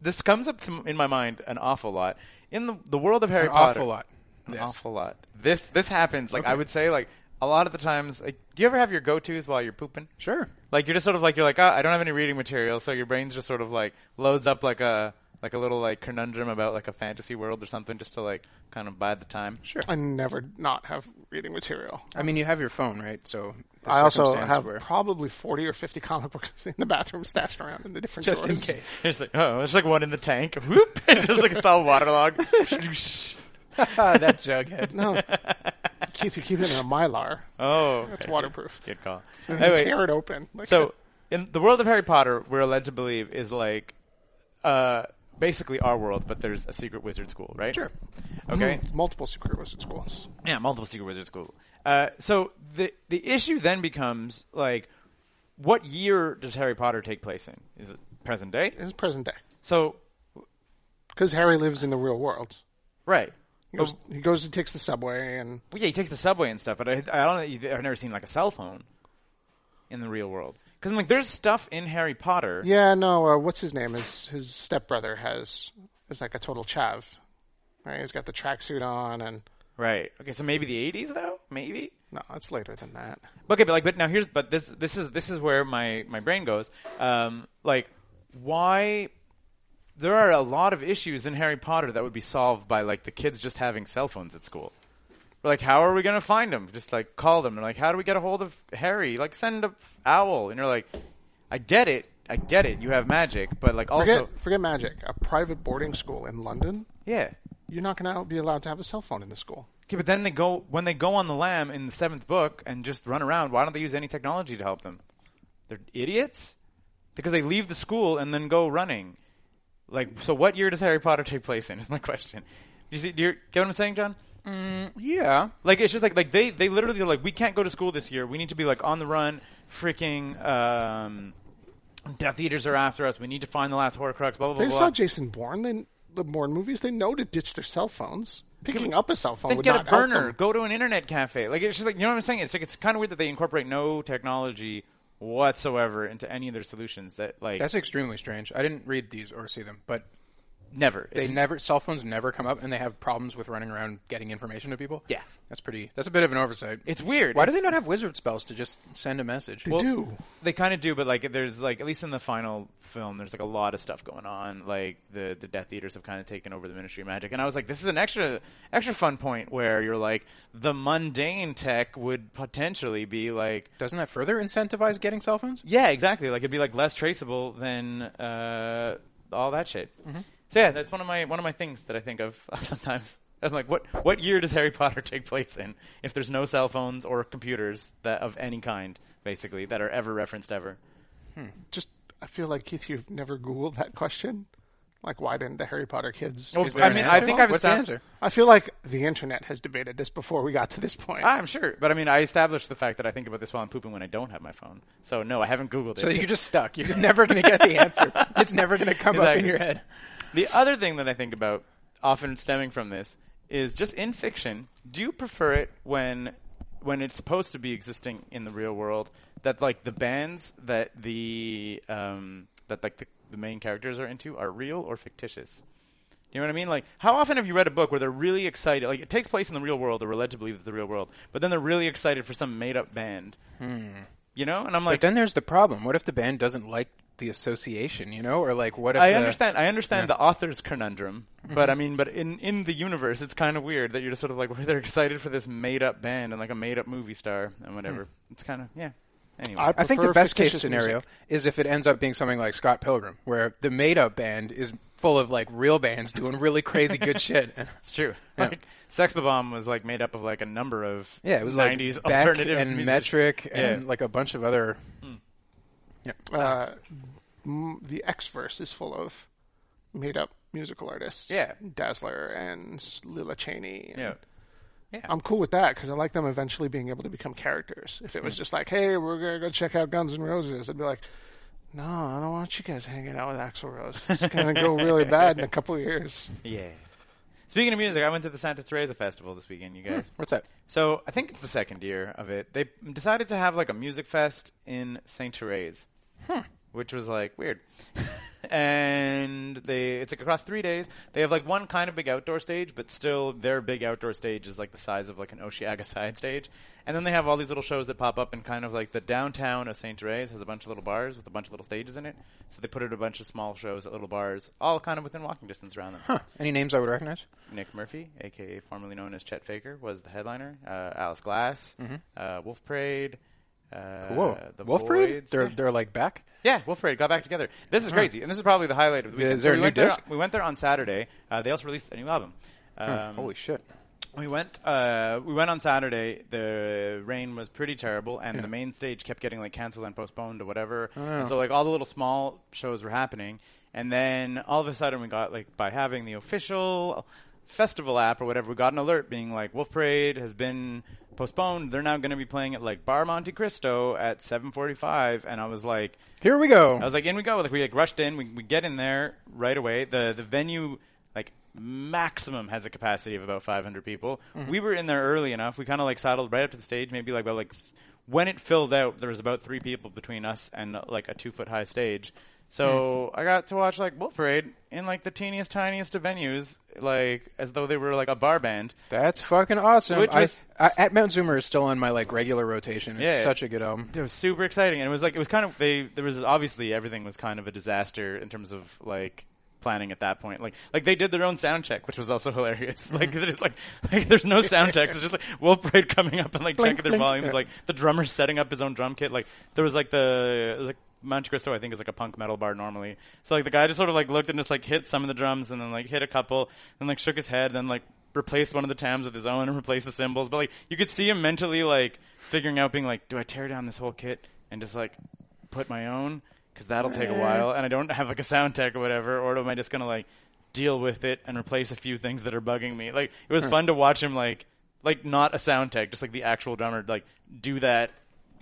B: this comes up to, in my mind an awful lot in the the world of Harry
A: An
B: Potter.
A: awful lot.
B: an
A: Yes.
B: awful lot. This this happens. Like I
A: Okay.
B: would say, like a lot of the times, like do you ever have your go tos while you're pooping?
A: Sure.
B: Like you're just sort of like you're like, ah, I don't have any reading material, so your brain's just sort of like loads up like a like a little like conundrum about like a fantasy world or something, just to like kind of bide the time. Sure.
C: I never not have reading material.
A: I mean, you have your phone, right? So the
C: I also
A: circumstance
C: have
A: where-
C: probably 40 or 50 comic books in the bathroom stashed around in the different
A: just in
C: drawers.
A: case.
B: It's like oh, it's like one in the tank. Whoop! it's like it's all waterlogged.
A: Ah, that jughead.
C: No. Keith, you keep it in a Mylar.
B: oh, okay.
C: It's waterproof.
B: Good call.
C: You
B: Anyway,
C: tear it open. Like,
B: So, in the world of Harry Potter, we're led to believe is like uh, basically our world, but there's a secret wizard school, right?
A: Sure.
B: Okay.
C: multiple secret wizard schools.
B: Yeah, multiple secret wizard school. Uh, so the the issue then becomes like, what year does Harry Potter take place in? Is it present day?
C: It's present day.
B: So
C: Because Harry lives in the real world.
B: right.
C: He
A: Oh.
C: goes, he goes and takes the subway, and
B: Well, yeah, he takes the subway and stuff, but I, I don't know. you've- I've never seen like a cell phone in the real world because I'm like, there's stuff in Harry Potter.
C: yeah, no, uh, what's his name? His his stepbrother has is like a total chav, right? He's got the tracksuit on, and
B: Right. Okay. So maybe the 80s though. Maybe.
C: no, it's later than that.
B: Okay, but like, but now here's, but this, this is, this is where my my brain goes. Um, like, why? There are a lot of issues in Harry Potter that would be solved by like the kids just having cell phones at school. We're like, how are we gonna find them? Just like call them. They're like, how do we get a hold of Harry? Like, send a owl. And you're like, I get it, I get it. You have magic, but like
C: Forget
B: also,
C: forget magic. A private boarding school in London,
B: yeah.
C: you're not going to be allowed to have a cell phone in the school.
B: Okay, but then they go when they go on the lam in the seventh book and just run around. Why don't they use any technology to help them? They're idiots because they leave the school and then go running. Like, so what year does Harry Potter take place in? Is my question. You see, do you get what I'm saying, John?
A: Yeah.
B: Like, it's just like like they they literally are like we can't go to school this year. We need to be like on the run. Freaking um, Death Eaters are after us. We need to find the last Horcrux. Blah blah blah.
C: They
B: blah.
C: saw Jason Bourne in the Bourne movies. They know to ditch their cell phones. Picking up a cell phone
B: Then
C: would
B: get a
C: not help
B: burner.
C: them.
B: Go to an internet cafe. Like it's just like you know what I'm saying. It's like it's kind of weird that they incorporate no technology whatsoever into any of their solutions. That like
A: That's extremely strange. I didn't read these or see them, but
B: Never.
A: They
B: It's-
A: never cell phones never come up, and they have problems with running around getting information to people.
B: Yeah.
A: that's pretty. That's a bit of an oversight.
B: It's weird.
A: Why do
B: It's-
A: they not have wizard spells to just send a message?
C: They do.
B: They kind of do, but like there's like at least in the final film, there's like a lot of stuff going on. Like the the Death Eaters have kind of taken over the Ministry of Magic, and I was like, this is an extra extra fun point where you're like the mundane tech would potentially be like.
A: Doesn't that further incentivize getting cell phones?
B: Yeah, exactly. Like it'd be like less traceable than uh, all that shit. So yeah, that's one of my one of my things that I think of sometimes. I'm like, what what year does Harry Potter take place in? If there's no cell phones or computers that of any kind, basically, that are ever referenced ever.
C: Just, I feel like Keith, you've never Googled that question. Like, why didn't the Harry Potter kids?
B: Well,
A: Is
B: I
A: an
B: mean,
A: answer?
B: I think I've
A: What's the
B: estab-
A: answer?
C: I feel like the internet has debated this before we got to this point.
B: Ah, I'm sure, but I mean, I established the fact that I think about this while I'm pooping when I don't have my phone. So no, I haven't Googled it.
A: So you're just stuck. You're never going to get the answer. It's never going to come up in
B: Exactly.
A: your head.
B: The other thing that I think about, often stemming from this, is just in fiction. Do you prefer it when, when it's supposed to be existing in the real world? That like the bands that the um, that like the, the main characters are into are real or fictitious? You know what I mean? Like, how often have you read a book where they're really excited? Like, it takes place in the real world, or we're led to believe it's the real world, but then they're really excited for some made-up band. You know? And I'm like,
A: But then there's the problem. What if the band doesn't like the association? You know, or like what if
B: I
A: the-
B: understand. I understand the author's conundrum, but I mean, but in in the universe, it's kind of weird that you're just sort of like well, they're excited for this made up band and like a made up movie star and whatever. It's kind of yeah. Anyway,
C: I
A: I think the
C: prefer
A: best case
C: fictitious
A: scenario
C: music.
A: is if it ends up being something like Scott Pilgrim, where the made-up band is full of like real bands doing really crazy good shit.
B: it's true.
A: Yeah.
B: Like, Sex Bomb was like made up of like a number of
A: Yeah, it was like
B: 90s
A: Beck
B: alternative
A: and
B: music-
A: Metric and
B: Yeah.
A: like a bunch of other.
B: Uh-huh.
C: Uh, m- the X verse is full of made up musical artists.
B: Yeah.
C: Dazzler and S- Lila Cheney. and-
B: Yeah.
C: I'm cool with that because I like them eventually being able to become characters. If it
B: Hmm.
C: was just like, hey, we're going to go check out Guns N' Roses, I'd be like, no, I don't want you guys hanging out with Axl Rose. It's going to go really bad in a couple years.
B: Yeah. Speaking of music, I went to the Santa Teresa Festival this weekend. You guys,
A: What's that?
B: So I think it's the second year of it. They decided to have like a music fest in Saint Therese, which was like weird. and they it's like across three days. They have like one kind of big outdoor stage, but still their big outdoor stage is like the size of like an Oceaga side stage. And then they have all these little shows that pop up in kind of like the downtown of Saint Therese has a bunch of little bars with a bunch of little stages in it. So they put in a bunch of small shows at little bars, all kind of within walking distance around them.
A: Huh. Any names I would recognize?
B: Nick Murphy, aka formerly known as Chet Faker, was the headliner. Uh, Alice Glass, uh, Wolf Parade. Uh,
A: Mm-hmm. Whoa,
B: the
A: Wolf Parade?
B: Voids.
A: They're
B: yeah.
A: they're like back.
B: Yeah, Wolf Parade got back together. This is crazy, and this is probably the highlight of the weekend.
A: Is there
B: we
A: a new
B: went there-
A: disc?
B: we went there on Saturday. Uh, they also released a new album. Um,
A: Holy shit!
B: we went. Uh, we went on Saturday. The rain was pretty terrible, and the main stage kept getting like canceled and postponed or whatever. And so like all the little small shows were happening, and then all of a sudden we got like by having the official festival app or whatever, we got an alert being like Wolf Parade has been postponed. They're now going to be playing at like Bar Monte Cristo at 7:45, and I was like.
A: Here we go.
B: I was like, in we go. Like we like rushed in. We, we get in there right away. The the venue like maximum has a capacity of about 500 people. We were in there early enough. We kind of like saddled right up to the stage. Maybe like about like when it filled out, there was about three people between us and uh, like a two foot high stage. So I got to watch like Wolf Parade in like the teeniest, tiniest of venues, like as though they were like a bar band.
A: That's fucking awesome.
B: Which
A: I-
B: was-
A: I, at Mount Zoomer is still on my like regular rotation. It's
B: Yeah.
A: such a good album.
B: It was super exciting, and it was like it was kind of they there was obviously everything was kind of a disaster in terms of like planning at that point. Like like they did their own sound check, which was also hilarious. Like
A: Mm.
B: it's like like there's no sound checks. It's just like Wolf Parade coming up and like
A: Blink,
B: checking their
A: blink.
B: volumes. Like the drummer setting up his own drum kit. Like there was like the it was like. Monte Cristo, I think, is like a punk metal bar normally. So like the guy just sort of like looked and just like hit some of the drums and then like hit a couple and like shook his head and then like replaced one of the tabs with his own and replaced the cymbals. But like you could see him mentally like figuring out, being like, do I tear down this whole kit and just like put my own? Because that'll take a while, and I don't have like a sound tech or whatever. Or am I just gonna like deal with it and replace a few things that are bugging me? Like it was fun to watch him like like not a sound tech, just like the actual drummer like do that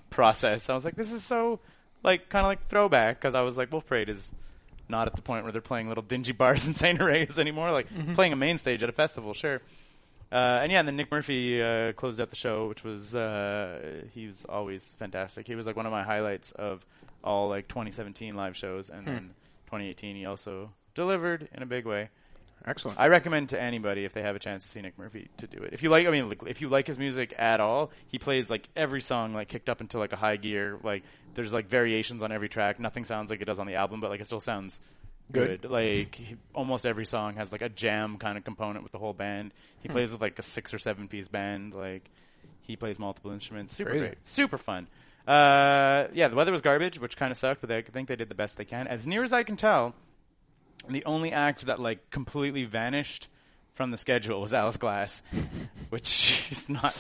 B: process. I was like, this is so like kind of like throwback because I was like, Wolf Parade is not at the point where they're playing little dingy bars in Saint Arrays anymore. Like playing a main stage at a festival, sure. Uh, and yeah, and then Nick Murphy uh, closed out the show, which was uh, he was always fantastic. He was like one of my highlights of all like 2017 live shows, and then 2018 he also delivered in a big way.
C: Excellent.
B: I recommend to anybody if they have a chance to see Nick Murphy to do it. If you like, I mean, like, if you like his music at all, he plays like every song like kicked up into like a high gear. Like there's like variations on every track. Nothing sounds like it does on the album, but like it still sounds good. Like he, almost every song has like a jam kind of component with the whole band. He plays with like a six or seven piece band. Like he plays multiple instruments. Super
A: Great.
B: great, super fun. Uh, yeah, the weather was garbage, which kind of sucked, but they, I think they did the best they can. As near as I can tell, the only act that like completely vanished from the schedule was Alice Glass, which is not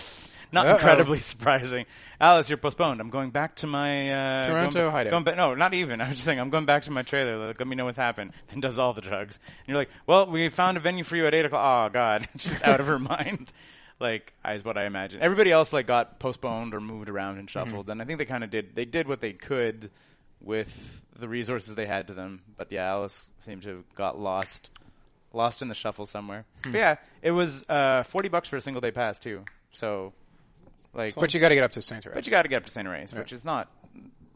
B: not
A: Uh-oh.
B: incredibly surprising. Alice, you're postponed. I'm going back to my uh,
A: Toronto
B: going, ba-
A: hideout.
B: Going ba- no, not even. I was just saying I'm going back to my trailer. Like, let me know what's happened. And does all the drugs. And you're like, well, we found a venue for you at eight o'clock. Oh God, she's out of her mind. Like is what I imagine. Everybody else like got postponed or moved around and shuffled. And I think they kind of did. They did what they could with the resources they had to them. But yeah, Alice seemed to have got lost, lost in the shuffle somewhere. But yeah, it was uh, forty bucks for a single day pass too. So, like,
A: But you got to get up to Saint Therese.
B: but you got to get up to St. Race, which is not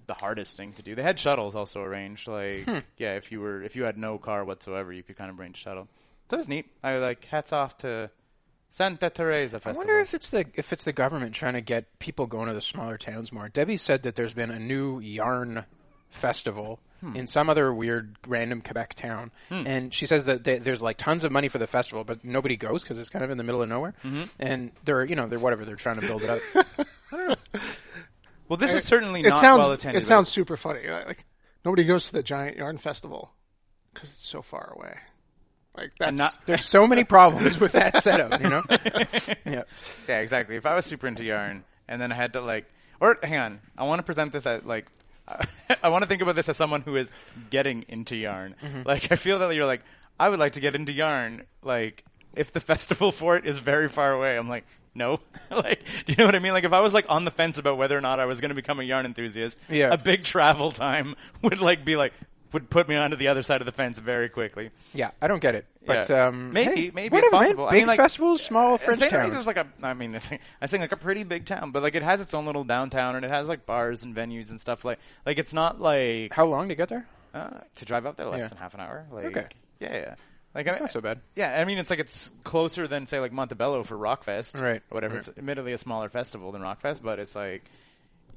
B: the hardest thing to do. They had shuttles also arranged. Like,
C: Hmm.
B: yeah, if you were if you had no car whatsoever, you could kind of arrange a shuttle. That was neat. I like hats off to Santa Teresa Festival.
A: I wonder if it's the if it's the government trying to get people going to the smaller towns more. Debbie said that there's been a new yarn festival in some other weird random Quebec town, and she says that they, there's like tons of money for the festival, but nobody goes because it's kind of in the middle of nowhere. And they're you know they're whatever they're trying to build it up.
B: well, this was certainly
C: it
B: not
C: sounds
B: well attended.
C: it sounds super funny. Like like, nobody goes to the giant yarn festival because it's so far away. Like that's
B: not-
A: there's so many problems with that setup, you know. yeah.
B: Yeah, exactly. If I was super into yarn, and then I had to like, or hang on, I want to present this as like, I want to think about this as someone who is getting into yarn. Like, I feel that you're like, I would like to get into yarn. Like, if the festival for it is very far away, I'm like, no. like, do you know what I mean? Like, if I was like on the fence about whether or not I was going to become a yarn enthusiast,
A: Yeah.
B: a big travel time would like be like would put me onto the other side of the fence very quickly.
A: Yeah, I don't get it, but
B: Yeah.
A: um,
B: Maybe-
A: hey,
B: maybe it's
A: whatever, man.
B: possible. I
A: Big
B: mean, like, uh,
A: festivals, small French
B: St.
A: towns.
B: Louis is like a, I mean, this thing, I think like a pretty big town, but like it has its own little downtown and it has like bars and venues and stuff like, like it's not like
A: How long to get there?
B: uh, to drive up there less
A: Yeah.
B: than half an hour. Like,
A: Okay.
B: yeah, yeah. Like
A: It's
B: I,
A: not so bad.
B: Yeah, I mean, it's like it's closer than say like Montebello for Rockfest,
A: Right,
B: Or whatever.
A: right.
B: It's admittedly a smaller festival than Rockfest, but it's like,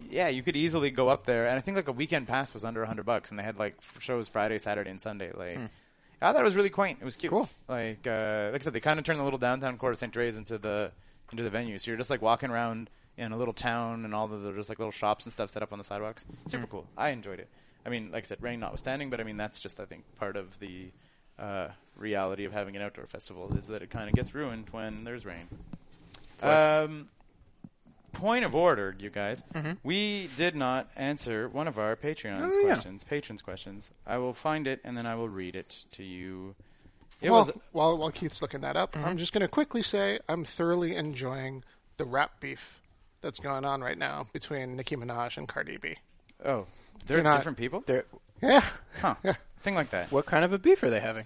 B: yeah, you could easily go up there. And I think like a weekend pass was under hundred bucks, and they had like f- shows Friday, Saturday, and Sunday. Like, I thought it was really quaint. It was cute.
A: Hmm. Cool.
B: Like, uh, like I said, they kind of turned the little downtown core of St. Dre's into the into the venue. So you're just like walking around in a little town, and all the there's just like little shops and stuff set up on the sidewalks. Super
A: Hmm.
B: cool. I enjoyed it. I mean, like I said, rain notwithstanding, but I mean that's just I think part of the uh, reality of having an outdoor festival is that it kind of gets ruined when there's rain. Um, point of order, you guys.
C: Mm-hmm.
B: We did not answer one of our Patreon's
A: Oh, yeah.
B: questions. Patrons' questions. I will find it and then I will read it to you. It
C: Well,
B: was
C: while while Keith's looking that up, I'm just going to quickly say I'm thoroughly enjoying the rap beef that's going on right now between Nicki Minaj and Cardi B.
B: oh, they're
C: not-
B: different people.
A: There,
C: Yeah,
B: huh? Thing like that.
A: what kind of a beef are they having?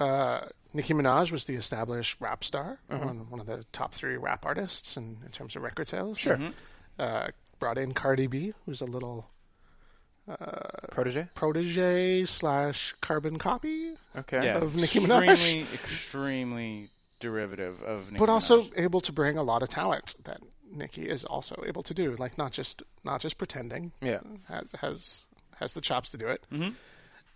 C: uh, Nicki Minaj was the established rap star, one, one of the top three rap artists in, in terms of record sales. Sure. Uh, brought in Cardi B, who's a little
A: Protege.
C: protege slash carbon copy,
A: Okay.
B: Yeah,
C: Of Nicki Minaj.
B: extremely, extremely derivative of Nicki
C: but also
B: Minaj.
C: able to bring a lot of talent that Nicki is also able to do. Like not just not just pretending.
A: Yeah.
C: has has has the chops to do it. Mm-hmm.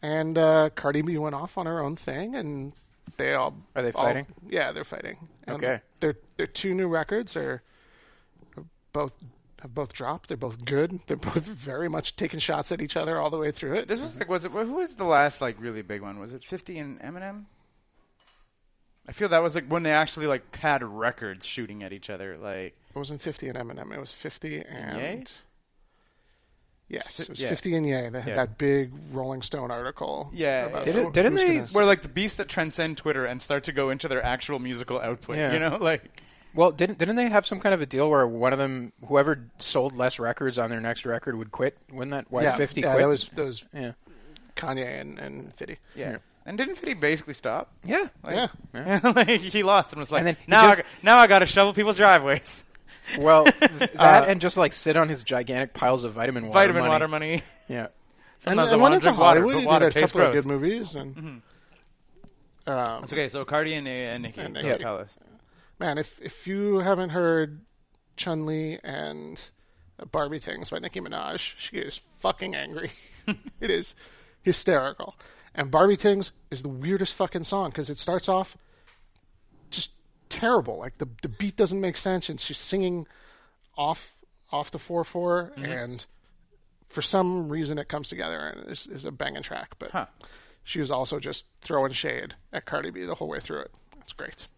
C: And uh, Cardi B went off on her own thing, and they all
A: Are they
C: all-
A: fighting?
C: yeah, they're fighting. And
A: Okay.
C: their their two new records are both have both dropped. They're both good. They're both very much taking shots at each other all the way through it.
B: This was like, was it? Who was the last like really big one? Was it Fifty and Eminem? I feel that was like when they actually like had records shooting at each other. Like,
C: It wasn't fifty and Eminem. It was fifty and.
B: Ye?
C: Yes, it was
B: yeah.
C: 50 and Ye. They had
B: Yeah.
C: that big Rolling Stone article.
B: Yeah,
C: about
B: yeah.
A: Did it-
C: who-
A: didn't
C: who's
A: they
C: gonna-
A: s-
B: where like the beasts that transcend Twitter and start to go into their actual musical output.
A: Yeah.
B: You know, like
A: Well, didn't didn't they have some kind of a deal where one of them, whoever sold less records on their next record, would quit? Wouldn't that why
C: yeah,
A: fifty
C: yeah,
A: quit?
C: That was, that was
A: yeah.
C: Kanye and, and 50.
B: yeah. And didn't Fitty basically stop?
A: Yeah.
B: Like,
C: Yeah.
B: like, he lost and was like,
A: And then he
B: now,
A: just-
B: I, now I got to shovel people's driveways.
A: Well, th- that and just like sit on his gigantic piles of vitamin water
B: Uh, Vitamin
A: money.
B: water money.
A: Yeah.
C: And,
B: Sometimes I
C: and
B: want
C: went
B: to
C: into
B: drink water, Mm-hmm.
C: Hollywood,
B: but
C: he
B: water
C: did a
B: tastes
C: couple of
B: gross.
C: good movies. And Um,
B: It's okay. So Cardi and, uh, and Nikki,
C: And
B: go
C: Nikki.
B: Palace.
C: man, if if you haven't heard Chun Li and Barbie Tings by Nicki Minaj, she is fucking angry. it is hysterical. And Barbie Tings is the weirdest fucking song because it starts off just terrible. Like the the beat doesn't make sense, and she's singing off off the four and for some reason it comes together and is, is a banging track. But she was also just throwing shade at Cardi B the whole way through it. It's great.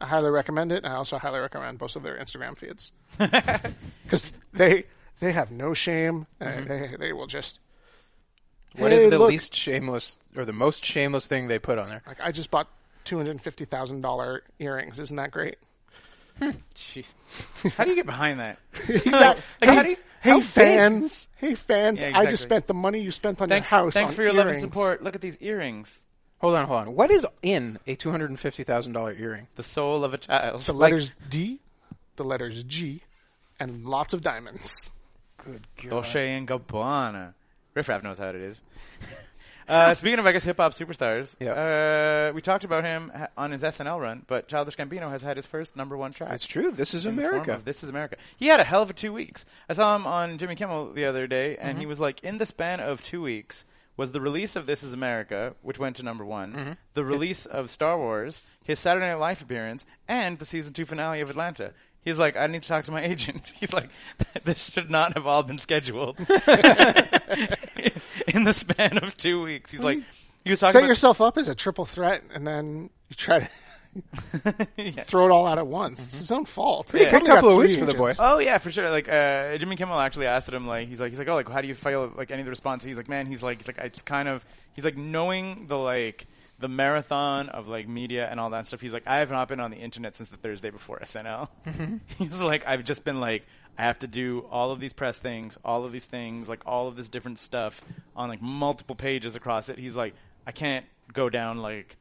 C: I highly recommend it, and I also highly recommend both of their Instagram feeds because they they have no shame. and They they will just
A: What is
C: Hey,
A: the
C: look.
A: least shameless or the most shameless thing they put on there?
C: like I just bought two hundred fifty thousand dollar earrings. Isn't that great?
B: Jeez, how do you get behind that?
C: Exactly.
B: Like,
C: hey,
B: how do you-
C: hey
B: how
C: fans! Hey fans!
B: Yeah,
C: I just
B: exactly.
C: spent the money you spent on
B: Thanks,
C: your house.
B: thanks
C: on
B: for your love and
C: earrings.
B: support. Look at these earrings.
A: Hold on, hold on. What is in a two hundred and fifty thousand dollar earring?
B: The soul of a child.
C: The letters D, the letters G, and lots of diamonds.
A: Good
B: Dolce and Gabbana. Riff Raff knows how it is. Uh, speaking of, I guess, hip hop superstars, uh, we talked about him ha- on his SNL run, but Childish Gambino has had his first number one track.
A: It's true. This is
B: in the form
A: America.
B: of This is America. He had a hell of a two weeks. I saw him on Jimmy Kimmel the other day, and he was like, in the span of two weeks was the release of This is America, which went to number one, the release of Star Wars, his Saturday Night Live appearance, and the season two finale of Atlanta. He's like, I need to talk to my agent. He's like, this should not have all been scheduled in the span of two weeks. He's like, he was talking
C: Set
B: about
C: yourself up as a triple threat, and then you try to
B: Yeah.
C: throw it all out at once.
B: Mm-hmm.
C: It's his own fault.
A: Pretty
C: He
A: good
C: probably got
A: couple of
C: three
A: weeks for the boy.
C: agents.
B: Oh yeah, for sure. Like uh, Jimmy Kimmel actually asked him, like he's like he's like oh like how do you feel like any of the response? He's like man, he's like he's like it's kind of he's like knowing the like the marathon of like media and all that stuff. He's like I have not been on the internet since the Thursday before SNL. he's like I've just been like I have to do all of these press things, all of these things, like all of this different stuff on like multiple pages across it. He's like I can't go down like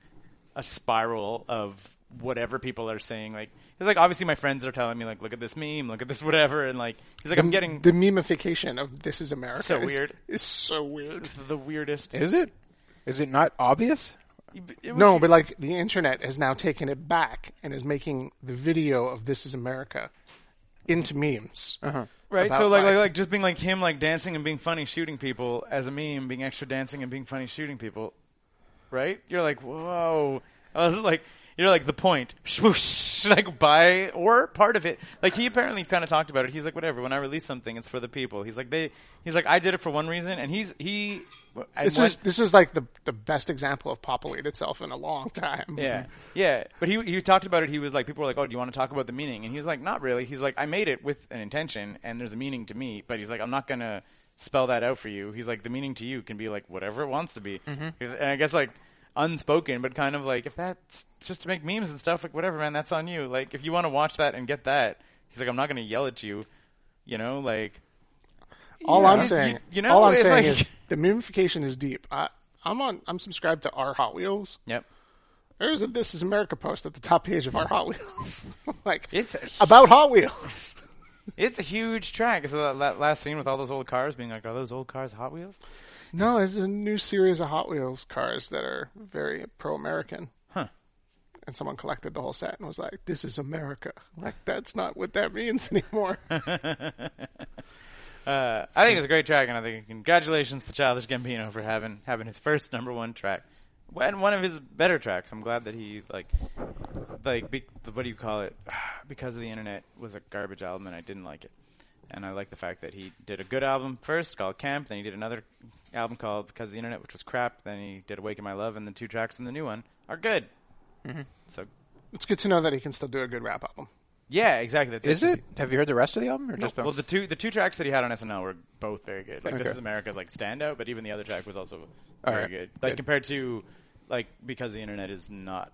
B: a spiral of whatever people are saying. Like, it's like obviously my friends are telling me like, look at this meme, look at this whatever, and like he's like, I'm getting
C: the memification of "This Is America."
B: So
C: is-
B: weird.
C: Is so weird.
B: the weirdest.
A: Is it? Is it not obvious?
B: It was-
C: No, but like the internet has now taken it back and is making the video of "This Is America" into memes.
B: right?
C: about
B: So like,
C: life.
B: like, like just being like him, like dancing and being funny, shooting people as a meme, being extra dancing and being funny, shooting people. Right? You're like, whoa. I was like, you're like the point, swoosh, like by or part of it. Like he apparently kind of talked about it. He's like, whatever. When I release something, it's for the people. He's like, they. He's like, I did it for one reason, and he's he. and
C: This
B: one-
C: is this is like the the best example of populate itself in a long time.
B: Yeah, yeah. But he he talked about it. He was like, people were like, "Oh, do you want to talk about the meaning?" And he was like, "Not really." He's like, "I made it with an intention, and there's a meaning to me." But he's like, "I'm not gonna spell that out for you." He's like, "The meaning to you can be like whatever it wants to be." And I guess like unspoken, but kind of like if that's just to make memes and stuff, like whatever, man, that's on you. Like if you want to watch that and get that, he's like, "I'm not gonna yell at you," you know, like.
C: All I'm
B: You-
C: saying,
B: you- you know,
C: all I'm
B: it's
C: saying
B: like-
C: is the memification is deep. I, I'm on. I'm subscribed to our Hot Wheels.
B: Yep.
C: There's a "This Is America" post at the top page of our Hot Wheels, like
B: It's a
C: about Hot Wheels.
B: it's a huge track. So that, that last scene with all those old cars being like, are those old cars Hot Wheels?
C: No, this is a new series of Hot Wheels cars that are very pro-American.
B: Huh.
C: And someone collected the whole set and was like, "This is America." Like that's not what that means anymore.
B: Uh, I think it's a great track, and I think congratulations to Childish Gambino for having having his first number one track, and one of his better tracks. I'm glad that he like like be, what do you call it? because of the internet was a garbage album, and I didn't like it. And I like the fact that he did a good album first called Camp, then he did another album called Because of the Internet, which was crap. Then he did Awaken My Love, and the two tracks in the new one are good. So
C: it's good to know that he can still do a good rap album.
B: yeah, exactly. That's
A: Is it? Have you heard the rest of the album or just the?
B: well, the two the two tracks that he had on SNL were both very good. Like
A: Okay.
B: This Is America's like standout, but even the other track was also
A: All
B: very
A: right.
B: good. Like
A: Good.
B: compared to like because the internet is not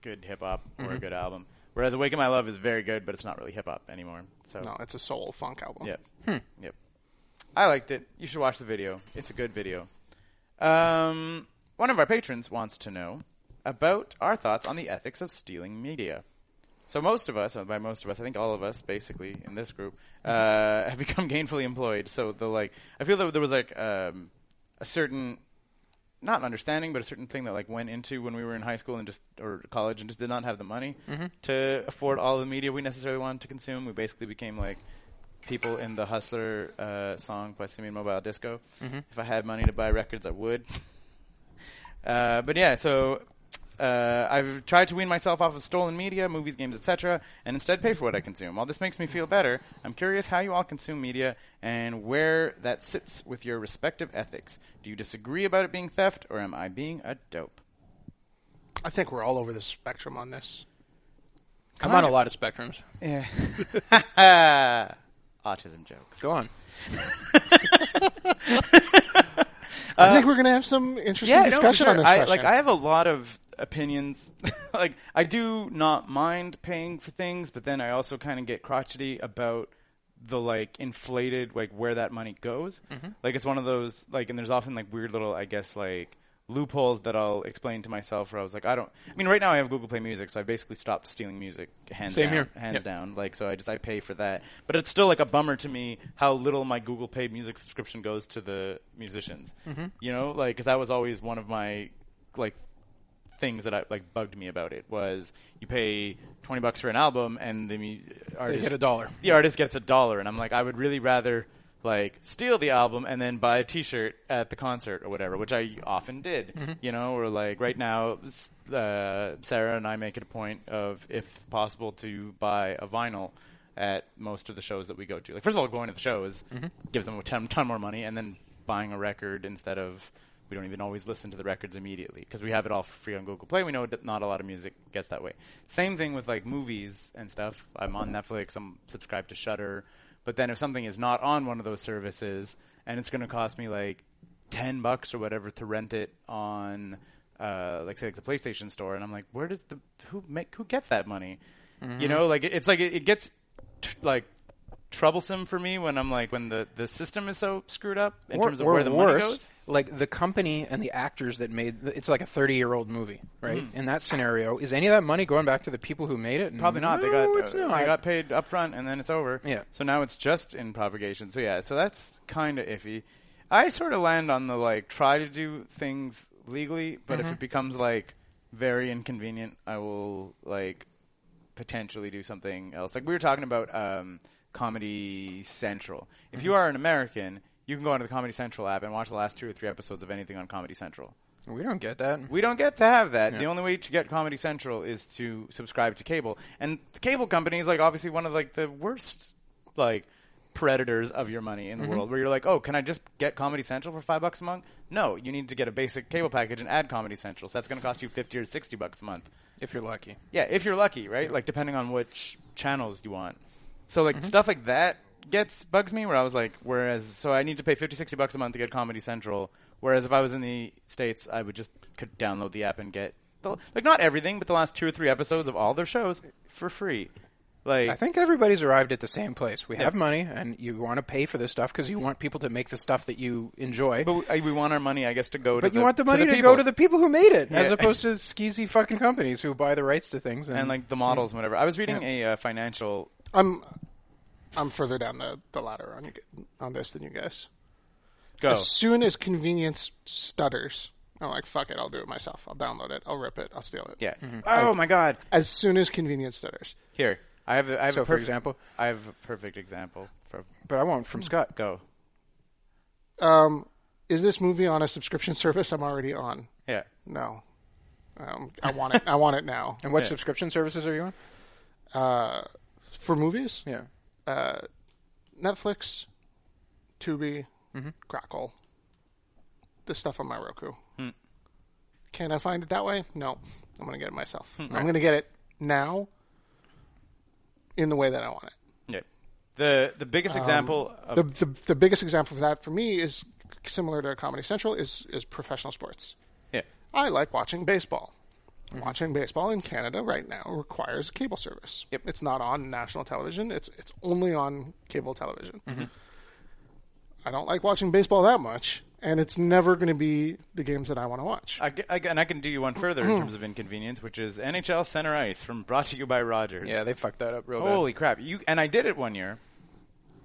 B: good hip hop
A: Mm-hmm.
B: or a good album, whereas Awaken My Love is very good, but it's not really hip hop anymore. So
C: No, it's a soul funk album.
B: yep, yep. I liked it. You should watch the video. It's a good video. Um, one of our patrons wants to know about our thoughts on the ethics of stealing media. So most of us, uh, by most of us, I think all of us, basically in this group, uh, have become gainfully employed. So the like, I feel that there was like um, a certain not understanding, but a certain thing that like went into when we were in high school and just or college and just did not have the money to afford all the media we necessarily wanted to consume. We basically became like people in the Hustler uh, song by Simeon Mobile Disco. If I had money to buy records, I would. Uh, but yeah, so uh, I've tried to wean myself off of stolen media, movies, games, etc., and instead pay for what I consume. While this makes me feel better, I'm curious how you all consume media and where that sits with your respective ethics. Do you disagree about it being theft, or am I being a dope?
C: I think we're all over the spectrum on this.
A: I'm on a lot of spectrums.
B: Yeah. Autism jokes.
A: Go on.
C: I think we're going to have some interesting
B: Uh, Yeah, no, for
C: discussion on
B: sure.
C: this
B: I,
C: question.
B: Like, I have a lot of opinions. like, I do not mind paying for things, but then I also kind of get crotchety about the like inflated like where that money goes.
C: Mm-hmm.
B: Like, it's one of those like, and there's often like weird little, I guess, like loopholes that I'll explain to myself where I was like, I don't. I mean, right now I have Google Play Music, so I basically stopped stealing music. Hands
A: Same
B: down,
A: here.
B: hands
A: Yep.
B: down. Like, so I just I pay for that, but it's still like a bummer to me how little my Google Pay Music subscription goes to the musicians. You know, like because that was always one of my like things that I like bugged me about it was you pay twenty bucks for an album and the mu- artist
A: get a dollar.
B: The artist gets a dollar, and I'm like, I would really rather like steal the album and then buy a T-shirt at the concert or whatever, which I often did.
A: Mm-hmm.
B: You know, or like right now, s- uh, Sarah and I make it a point of if possible to buy a vinyl. At most of the shows that we go to, like first of all, going to the shows
A: Mm-hmm.
B: gives them a ton, ton more money, and then buying a record instead of we don't even always listen to the records immediately because we have it all for free on Google Play. We know that not a lot of music gets that way. Same thing with like movies and stuff. I'm on Netflix. I'm subscribed to Shutter. But then if something is not on one of those services and it's going to cost me like ten bucks or whatever to rent it on, uh, like say like the PlayStation Store, and I'm like, where does the who make who gets that money? You know, like it, it's like it, it gets t- like troublesome for me when I'm like when the the system is so screwed up in terms of where the money goes.
A: like the company and the actors that made the, it's like a 30 year old movie, right?
B: Hmm.
A: In that scenario, is any of that money going back to the people who made it?
B: Probably not.
A: No,
B: They got
A: it's
B: uh,
A: not.
B: they got paid up front and then it's over.
A: Yeah.
B: So now it's just in propagation. So yeah, so that's kind of iffy. I sort of land on the like try to do things legally, but
A: Mm-hmm.
B: if it becomes like very inconvenient, I will like potentially do something else. Like we were talking about um, Comedy Central. If
A: Mm-hmm.
B: you are an American, you can go onto the Comedy Central app and watch the last two or three episodes of anything on Comedy Central.
A: we don't get that.
B: We don't get to have that. The only way to get Comedy Central is to subscribe to cable, and the cable company is like obviously one of like the worst like predators of your money in the world. Where you're like, oh, can I just get Comedy Central for five bucks a month? No, you need to get a basic cable package and add Comedy Central. So that's going to cost you fifty or sixty bucks a month.
A: if you're lucky.
B: Yeah, if you're lucky, right? Like depending on which channels you want. So
A: Mm-hmm.
B: like stuff like that gets bugs me where I was like whereas so I need to pay 50 60 bucks a month to get Comedy Central whereas if I was in the states I would just could download the app and get the, like not everything but the last two or three episodes of all their shows for free. Like
A: I think everybody's arrived at the same place. We have money, and you want to pay for this stuff because you want people to make the stuff that you enjoy.
B: but we, we want our money I guess to go to
A: But you
B: the-
A: want the money to,
B: people.
A: go to the people who made it, as
B: Yeah.
A: opposed to skeezy fucking companies who buy the rights to things. And,
B: and like the models and whatever. I was reading a uh, financial
C: I'm I'm further down the, the ladder on you, g- on this than you guys.
B: go
C: As soon as convenience stutters, I'm like, fuck it, I'll do it myself. I'll download it. I'll rip it. I'll steal it.
B: yeah.
A: Mm-hmm.
B: Oh my god.
C: As soon as convenience stutters,
B: Here. I have a, I have
A: so,
B: a
A: for
B: perfect
A: example,
B: I have a perfect example for
A: but I want from Scott.
B: go.
C: um, is this movie on a subscription service I'm already on?
B: Yeah.
C: No. Um, I want it. I want it now.
A: And what subscription services are you on?
C: Uh, for movies,
A: Yeah,
C: uh, Netflix, Tubi, Crackle, the stuff on my Roku. Can I find it that way? No, I'm gonna get it myself. I'm gonna get it now, in the way that I want it.
B: Yeah. The the biggest example of
C: The, the the biggest example of that for me is similar to Comedy Central is is professional sports.
B: yeah.
C: I like watching baseball.
B: Mm-hmm.
C: Watching baseball in Canada right now requires cable service.
B: Yep.
C: It's not on national television. It's it's only on cable television.
B: Mm-hmm.
C: I don't like watching baseball that much, and it's never going to be the games that I want to watch.
B: I, ca- I, ca- and I can do you one further in terms of inconvenience, which is NHL Center Ice from brought to you by Rogers.
A: yeah, they fucked that up real bad.
B: Holy crap! You and I did it one year.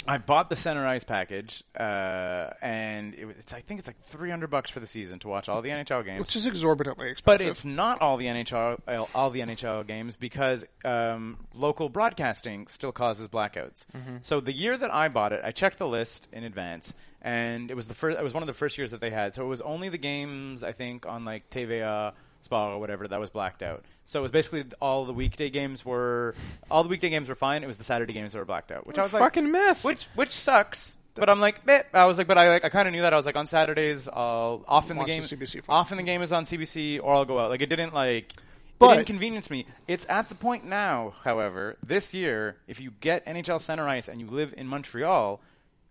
B: I bought the Center Ice package, uh, and it was, it's, I think it's like 300 bucks for the season to watch all the NHL games.
C: which is exorbitantly
B: But
C: expensive.
B: it's not all the NHL all the NHL games because um, local broadcasting still causes blackouts. So the year that I bought it, I checked the list in advance, and it was the first. It was one of the first years that they had. So it was only the games I think on like TVA. Spa or whatever that was blacked out. So it was basically all the weekday games were all the weekday games were fine. It was the Saturday games that were blacked out, which I was like,
A: fucking mess.
B: which which sucks. But I'm like, meh. I was like, but I like, I kind of knew that. I was like, on Saturdays, I'll often the
C: Watch the
B: game,
C: CBC for-
B: often the game is on CBC, or I'll go out. Like it didn't like,
C: But-
B: it inconvenience me. It's at the point now, however, this year, if you get NHL Center Ice and you live in Montreal,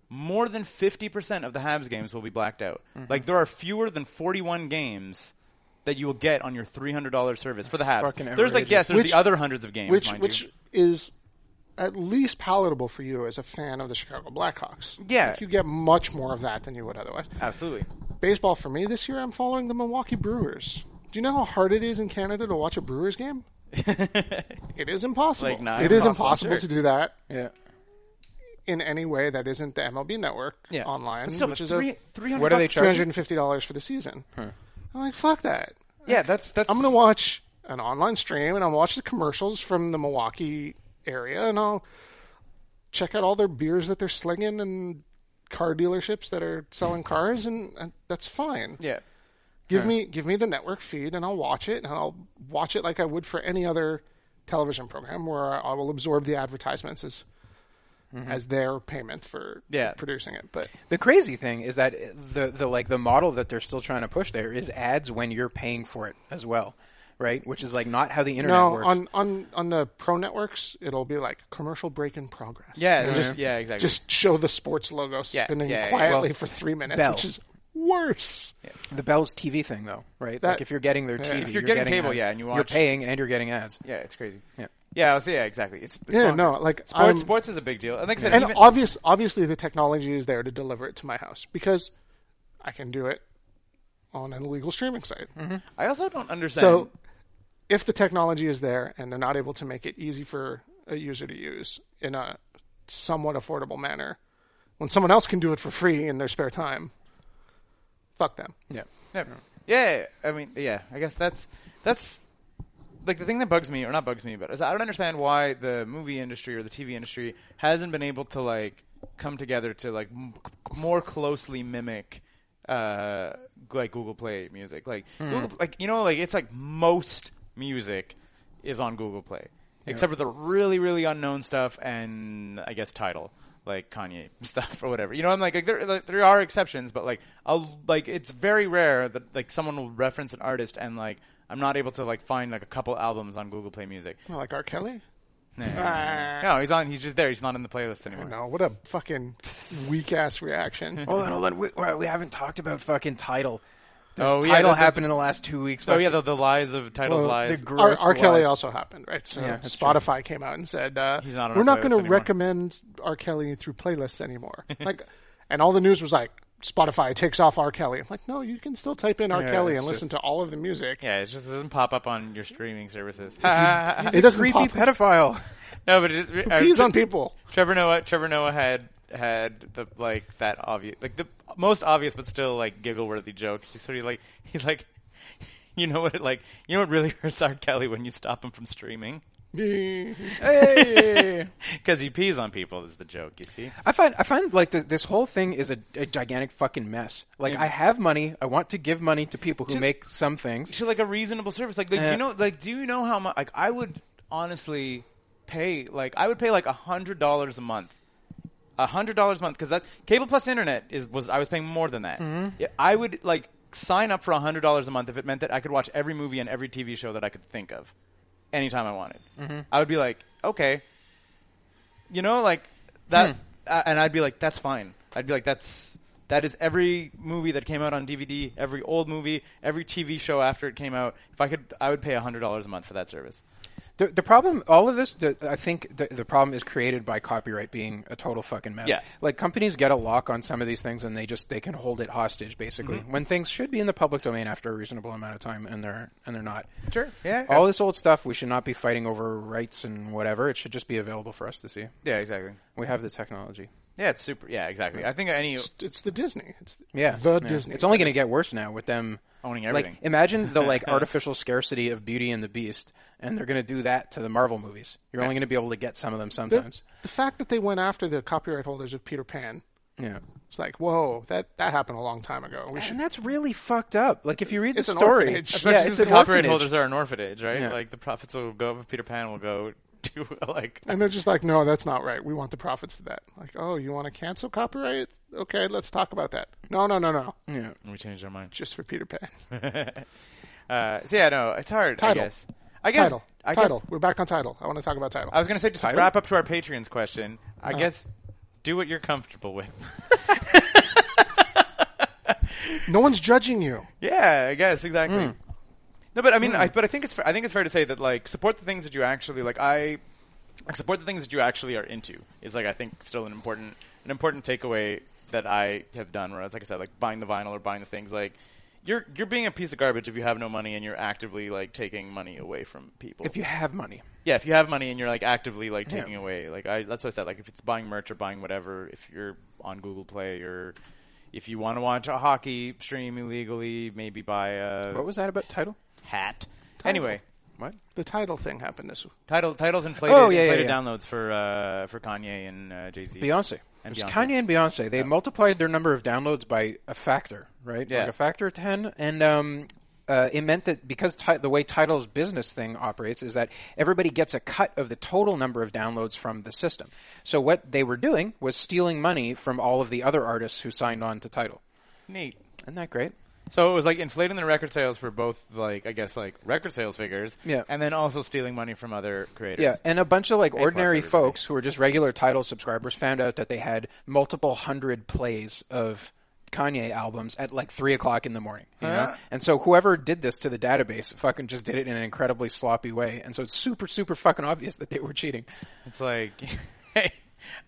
B: more than 50% of the Habs games will be blacked out.
C: Mm-hmm.
B: Like there are fewer than 41 games. That you will get on your three hundred dollars service for the Habs.
A: fucking
B: There's like
A: outrageous.
B: yes, there's
C: Which-
B: the other hundreds of games,
C: which
B: mind
C: which
B: you.
C: is at least palatable for you as a fan of the Chicago Blackhawks.
B: Yeah.
C: Like, you get much more of that than you would otherwise.
B: absolutely.
C: Baseball for me this year, I'm following the Milwaukee Brewers. Do you know how hard it is in Canada to watch a Brewers game? It is impossible.
B: Like, not
C: it is
B: impossible,
C: impossible
B: sure.
C: to do that
A: yeah.
C: in any way that isn't the MLB network
B: Yeah.
C: online,
B: But still,
C: which
B: but
C: is
B: three-
C: a
B: 300
A: What are they
B: bucks-
C: two hundred
A: charging?
C: and fifty dollars for the season. I'm like, fuck that.
B: Yeah, that's that's.
C: I'm gonna watch an online stream and I'll watch the commercials from the Milwaukee area and I'll check out all their beers that they're slinging and car dealerships that are selling cars and, and that's fine.
B: Yeah,
C: Give me give me the network feed and I'll watch it and I'll watch it like I would for any other television program where I, I will absorb the advertisements as as their payment for
B: Mm-hmm. Yeah.
C: producing it. But
A: The crazy thing is that the the like the model that they're still trying to push there is ads when you're paying for it as well, right? Which is like not how the internet
C: no,
A: works.
C: on, on on the pro networks it'll be like commercial break in progress.
B: yeah, just yeah, exactly.
C: just show the sports logo spinning
B: yeah, yeah.
C: quietly
A: Well,
C: for three minutes,
A: Bell.
C: which is worse.
A: the Bell's TV thing though, right? like
C: That-
A: if you're getting their TV,
B: If you're getting cable,
A: ad-
B: yeah, and you
A: you're
B: watch-
A: paying and you're getting ads.
B: yeah, it's crazy.
A: Yeah.
B: yeah, I was, yeah, exactly. It's, it's
C: Yeah,
B: bonkers.
C: no, like,
B: sports.
C: I'm-
B: sports is a big deal. And like I said,
C: And
B: even,
C: obvious, obviously, the technology is there to deliver it to my house because I can do it on an illegal streaming site.
B: Mm-hmm. I also don't understand.
C: So, if the technology is there and they're not able to make it easy for a user to use in a somewhat affordable manner, when someone else can do it for free in their spare time, fuck them.
A: Yeah.
B: yeah, yeah, I mean, yeah, I guess that's that's like the thing that bugs me, or not bugs me, but is I don't understand why the movie industry or the TV industry hasn't been able to like come together to like m- more closely mimic uh like Google Play music. Like Google, like you know like it's like most music is on Google Play except for the really really unknown stuff and I guess title like Kanye stuff or whatever. You know I'm like, like there like, there are exceptions but like I'll, like it's very rare that like someone will reference an artist and like I'm not able to like find like a couple albums on Google Play Music.
C: Not Like R. Kelly?
B: No, he's on. He's just there. He's not in the playlist anymore.
C: No, what a fucking weak ass reaction.
A: Hold on, hold on. We, we haven't talked about fucking title. This
B: Oh, yeah,
A: title
B: the- the-
A: happened in the last two weeks.
B: Oh yeah, the, the lies of titles
C: Well,
B: lies.
A: the
C: Uh, R,
A: gross
C: R. Kelly
A: lies.
C: also happened, right? So
A: Yeah, that's true.
C: Spotify came out and said, uh,
B: He's not on
C: "We're
B: our
C: not
B: playlist
C: going to
B: anymore.
C: recommend R. Kelly through playlists anymore." like, and all the news was like, "Spotify takes off R. Kelly." I'm like, "No, you can still type in R.
A: Yeah,
C: Kelly
A: it's
C: and listen to all of the music."
B: yeah, it just doesn't pop up on your streaming services.
C: It doesn't
A: creepy
C: pop.
A: pedophile.
B: no, but it, is- uh,
C: He's on people.
B: Trevor Noah. Trevor Noah had had the like that obvious, like the most obvious but still like giggle worthy joke. He's sort of like he's like, you know what? It, like you know what really hurts R. Kelly when you stop him from streaming
A: Hey.
B: because he pees on people is the joke. You see?
A: I find I find like this this whole thing is a, a gigantic fucking mess. Like I have money, I want to give money to people who make some things.
B: to like a reasonable service. Like, like do
A: Yeah.
B: you know, like, do you know how much? Like, I would honestly pay, like, I would pay like a hundred dollars a month, a hundred dollars a month, because that cable plus internet is was I was paying more than that. Yeah, I would like sign up for a hundred dollars a month if it meant that I could watch every movie and every TV show that I could think of, anytime I wanted. I would be like, okay, you know, like that, uh, and I'd be like, that's fine. I'd be like, that's that is every movie that came out on DVD, every old movie, every TV show after it came out. If I could, I would pay hundred dollars a month for that service.
A: The, the problem, all of this, the, I think the, the problem is created by copyright being a total fucking mess.
B: Yeah.
A: Like companies get a lock on some of these things and they just they can hold it hostage basically
B: Mm-hmm.
A: when things should be in the public domain after a reasonable amount of time and they're and they're not.
B: Sure. Yeah.
A: All this old stuff, we should not be fighting over rights and whatever. It should just be available for us to see.
B: yeah. Exactly.
A: We have the technology.
B: Yeah, it's super. Yeah, exactly. I think any
C: It's, it's the Disney. It's
A: Yeah,
C: the
A: yeah.
C: Disney.
A: It's only going to get worse now with them
B: Owning everything.
A: Like, imagine the like artificial scarcity of Beauty and the Beast, and they're going to do that to the Marvel movies. You're only going to be able to get some of them sometimes.
C: the fact that they went after the copyright holders of Peter Pan.
A: yeah.
C: It's like, whoa, that that happened a long time ago. We should
A: And that's really fucked up. Like if you read
C: It's
A: the
C: an
A: story,
C: orphanage.
A: yeah,
B: Especially
A: it's
B: since
A: an
B: the copyright
A: orphanage.
B: holders are an orphanage, right?
A: Yeah.
B: Like the profits will go. Peter Pan will go to like.
C: And they're just like, no, that's not right. We want the profits to that. Like, oh, you want to cancel copyright? Okay, let's talk about that. No, no, no, no.
A: Yeah.
B: We changed our mind.
C: Just for Peter Pan.
B: Uh, so yeah, no, it's hard.
C: Title.
B: I guess. I guess.
C: Title.
B: I guess.
C: title. We're back on title. I want to talk about title.
B: I was gonna say just to wrap up to our Patreons question. I guess do what you're comfortable with.
C: no one's judging you.
B: Yeah, I guess exactly. No, but I mean, I, but I think it's fa- I think it's fair to say that like support the things that you actually like. I like, support the things that you actually are into is like I think still an important an important takeaway that I have done. Whereas, like I said, like buying the vinyl or buying the things like. You're, you're being a piece of garbage if you have no money and you're actively like taking money away from people.
A: If you have money,
B: yeah, if you have money and you're like actively like taking
A: Yeah.
B: away, like I that's what I said. Like if it's buying merch or buying whatever, if you're on Google Play or if you want to watch a hockey stream illegally, maybe buy a
A: what was that about title?
B: hat. Anyway,
A: What?
C: The title thing happened this
B: title titles inflated,
A: Oh, yeah, yeah,
B: inflated
A: yeah.
B: downloads for uh, for Kanye and uh, Jay Z.
A: Beyonce.
B: And
A: it was
B: Beyonce.
A: Kanye and Beyonce. They multiplied their number of downloads by a factor, right?
B: Yeah.
A: Like a factor of 10. And um, uh, it meant that because ti- the way Title's business thing operates is that everybody gets a cut of the total number of downloads from the system. So what they were doing was stealing money from all of the other artists who signed on to Title.
B: Neat.
A: Isn't that great?
B: So it was like inflating the record sales for both, like I guess like record sales figures,
A: Yeah.
B: and then also stealing money from other creators.
A: Yeah, and a bunch of like ordinary
B: everybody.
A: folks who were just regular title subscribers found out that they had multiple hundred plays of Kanye albums at like three o'clock in the morning. You know? And so whoever did this to the database fucking just did it in an incredibly sloppy way. And so it's super, super fucking obvious that they were cheating.
B: It's like, hey,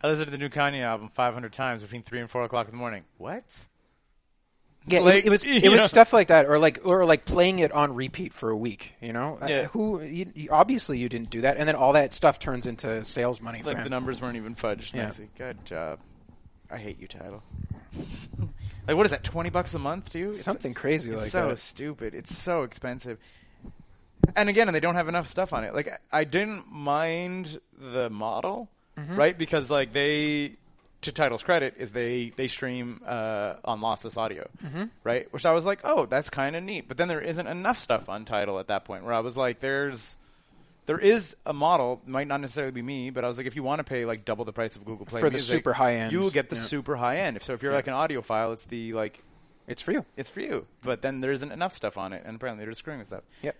B: I listened to the new Kanye album 500 times between three and four o'clock in the morning. What?
A: Yeah, it-
B: Like,
A: it, was
B: you
A: it was
B: know.
A: stuff like that, or like or like playing it on repeat for a week. You know, Uh,
B: Yeah.
A: who you, you- obviously you didn't do that, and then all that stuff turns into sales money for
B: Like the
A: him.
B: numbers weren't even fudged.
A: Yeah.
B: Nicely. Good job. I hate you, title. like what is that? 20 bucks a month, dude? It's-
A: Something crazy
B: it's
A: like
B: so
A: that.
B: stupid. It's so expensive. And again, and they don't have enough stuff on it. Like I- I didn't mind the model, right? Because like they, to Title's credit, is they they stream uh, on lossless audio, right? Which I was like, oh, that's kind of neat. But then there isn't enough stuff on Title at that point. Where I was like, there's. There is a model, might not necessarily be me, but I was like, if you want to pay like double the price of Google Play
A: For the
B: Music,
A: super high end,
B: you will get the
A: yeah.
B: super high end. So if you're like an audiophile, it's the like
A: It's for you.
B: it's for you. But then there isn't enough stuff on it, and apparently they're screwing with stuff.
A: Yep.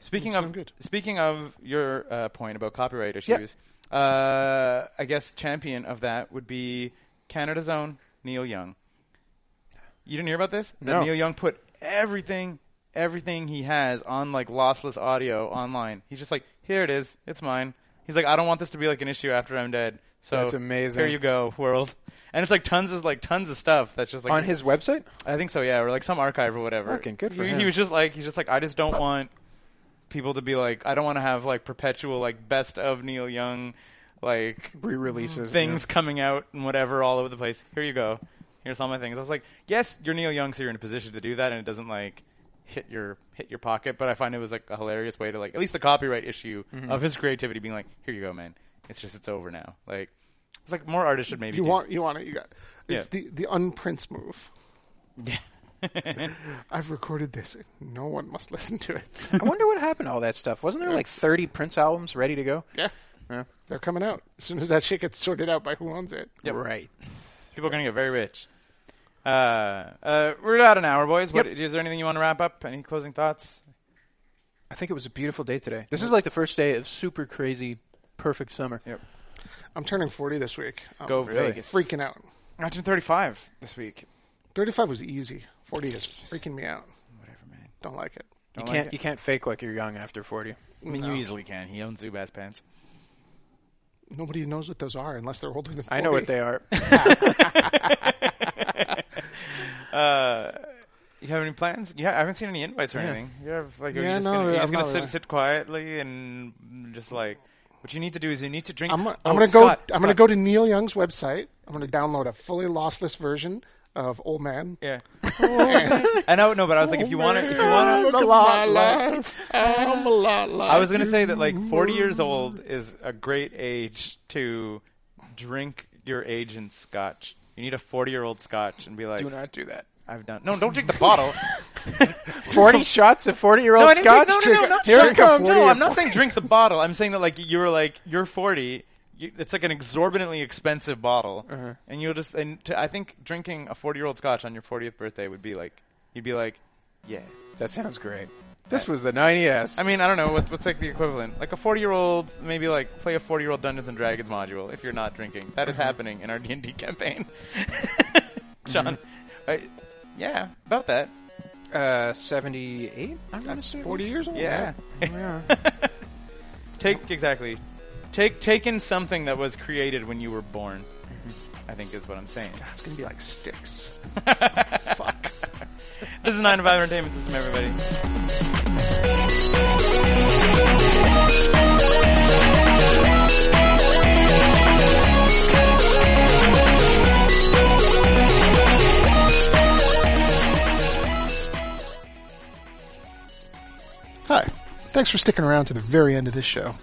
B: Speaking
C: Sound
B: of
C: good.
B: speaking of your uh, point about copyright issues, uh, I guess champion of that would be Canada's own Neil Young. You didn't hear about this? That
A: No.
B: Neil Young put everything, everything he has on like lossless audio online. He's just like, here it is, it's mine. He's like, I don't want this to be like an issue after I'm dead. So
A: That's amazing.
B: Here you go, world. And it's like tons of like tons of stuff that's just like
A: On his website,
B: I think so, yeah, or like some archive or whatever.
A: Fucking good for
B: he,
A: him.
B: He was just like, he's just like, I just don't want people to be like, I don't want to have like perpetual like best of Neil Young, like
A: re-releases you know.
B: Mm-hmm. things coming out and whatever all over the place. Here you go. Here's all my things. I was like, yes, you're Neil Young, so you're in a position to do that, and it doesn't like hit your hit your pocket. But I find it was like a hilarious way to like at least the copyright issue
A: Mm-hmm.
B: of his creativity being like, here you go, man. It's just it's over now. Like it's like more artists should maybe
C: You
B: do-
C: want you want it, you got it. It's
B: Yeah.
C: the, the unprince move.
B: yeah.
C: I've recorded this. No one must listen to it.
A: I wonder what happened to all that stuff. Wasn't there like 30 Prince albums ready to go?
C: yeah. They're coming out. As soon as that shit gets sorted out by who owns it.
A: Right.
B: People are going to get very rich. Uh, uh, we're at an hour, boys. What,
A: Yep.
B: Is there anything you want to wrap up? Any closing thoughts?
A: I think it was a beautiful day today. This is like the first day of super crazy, perfect summer.
B: Yep.
C: I'm turning 40 this week. I'm
B: Go
A: really?
B: Vegas.
C: freaking out.
B: I turned 35 this week.
C: 35 was easy. 40 is freaking me out.
B: Whatever, man.
C: Don't like it.
A: You
B: Don't like
A: can't
B: it.
A: you can't fake like you're young after 40.
B: I mean, you easily can. He owns Zubaz pants.
C: Nobody knows what those are unless they're older than 40.
A: I know what they are.
B: You have any plans? Yeah, I haven't seen any invites or anything. You have like, are you
C: Yeah,
B: just
C: no,
B: gonna, you're
C: I'm
B: just gonna
C: not
B: sit,
C: really.
B: sit quietly and just like What you need to do is you need to drink.
C: I'm, I'm
B: Oh,
C: gonna go.
B: Scott,
C: I'm gonna
B: Scott.
C: go to Neil Young's website. I'm gonna download a fully lossless version of Old Man.
B: Yeah. I know, no, but I was like, if you want to, if you want
C: Oh, Look
B: to,
C: at my life. I'm a lot
B: I was
C: like
B: gonna
C: you.
B: say that like 40 years old is a great age to drink your age in scotch. You need a 40 year old scotch and be like,
A: Do not do that.
B: I've done. No, don't drink the bottle.
A: 40 shots of 40 year old
B: no, I didn't
A: scotch?
B: Say,
A: Drink
B: no, no, no,
A: a-
B: not
A: Here it
B: drink a
A: comes.
B: 40 No, I'm not saying drink the bottle. I'm saying that like you're like you're 40. You, it's like an exorbitantly expensive bottle,
A: Uh-huh.
B: and you'll just and to, I think drinking a 40 year old scotch on your 40th birthday would be like you'd be like, yeah.
A: That sounds great. This was the 90s.
B: I mean, I don't know what, what's like the equivalent. Like a 40 year old, maybe like play a 40 year old Dungeons and Dragons module if you're not drinking. That is happening in our D and D campaign. Sean, I- yeah, about that.
A: Uh, 78? That's
C: 40 years old.
B: Yeah. Take exactly. Take take in something that was created when you were born. I think is what I'm saying.
C: It's gonna be like sticks.
B: This is Nine to Five Entertainment System, everybody.
C: Hi. Thanks for sticking around to the very end of this show.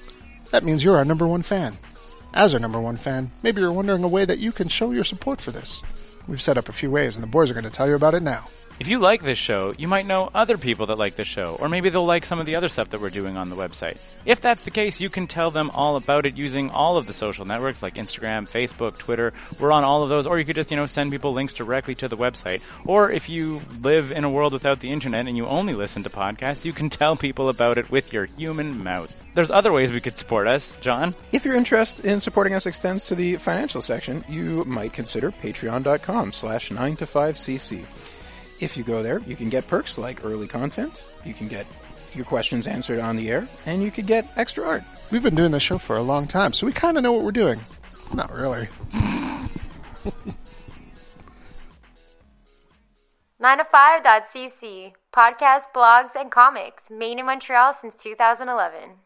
C: That means you're our number one fan. As our number one fan, maybe you're wondering a way that you can show your support for this. We've set up a few ways, and the boys are going to tell you about it now.
B: If you like this show, you might know other people that like this show, or maybe they'll like some of the other stuff that we're doing on the website. If that's the case, you can tell them all about it using all of the social networks like Instagram, Facebook, Twitter. We're on all of those, or you could just, you know, send people links directly to the website. Or if you live in a world without the internet and you only listen to podcasts, you can tell people about it with your human mouth. There's other ways we could support us, John.
A: If your interest in supporting us extends to the financial section, you might consider patreon.com slash 9 to 5cc. If you go there, you can get perks like early content, you can get your questions answered on the air, and you could get extra art.
C: We've been doing this show for a long time, so we kind of know what we're doing. Not really.
D: Nine to Five CC podcast blogs and comics, made in Montreal since 2011.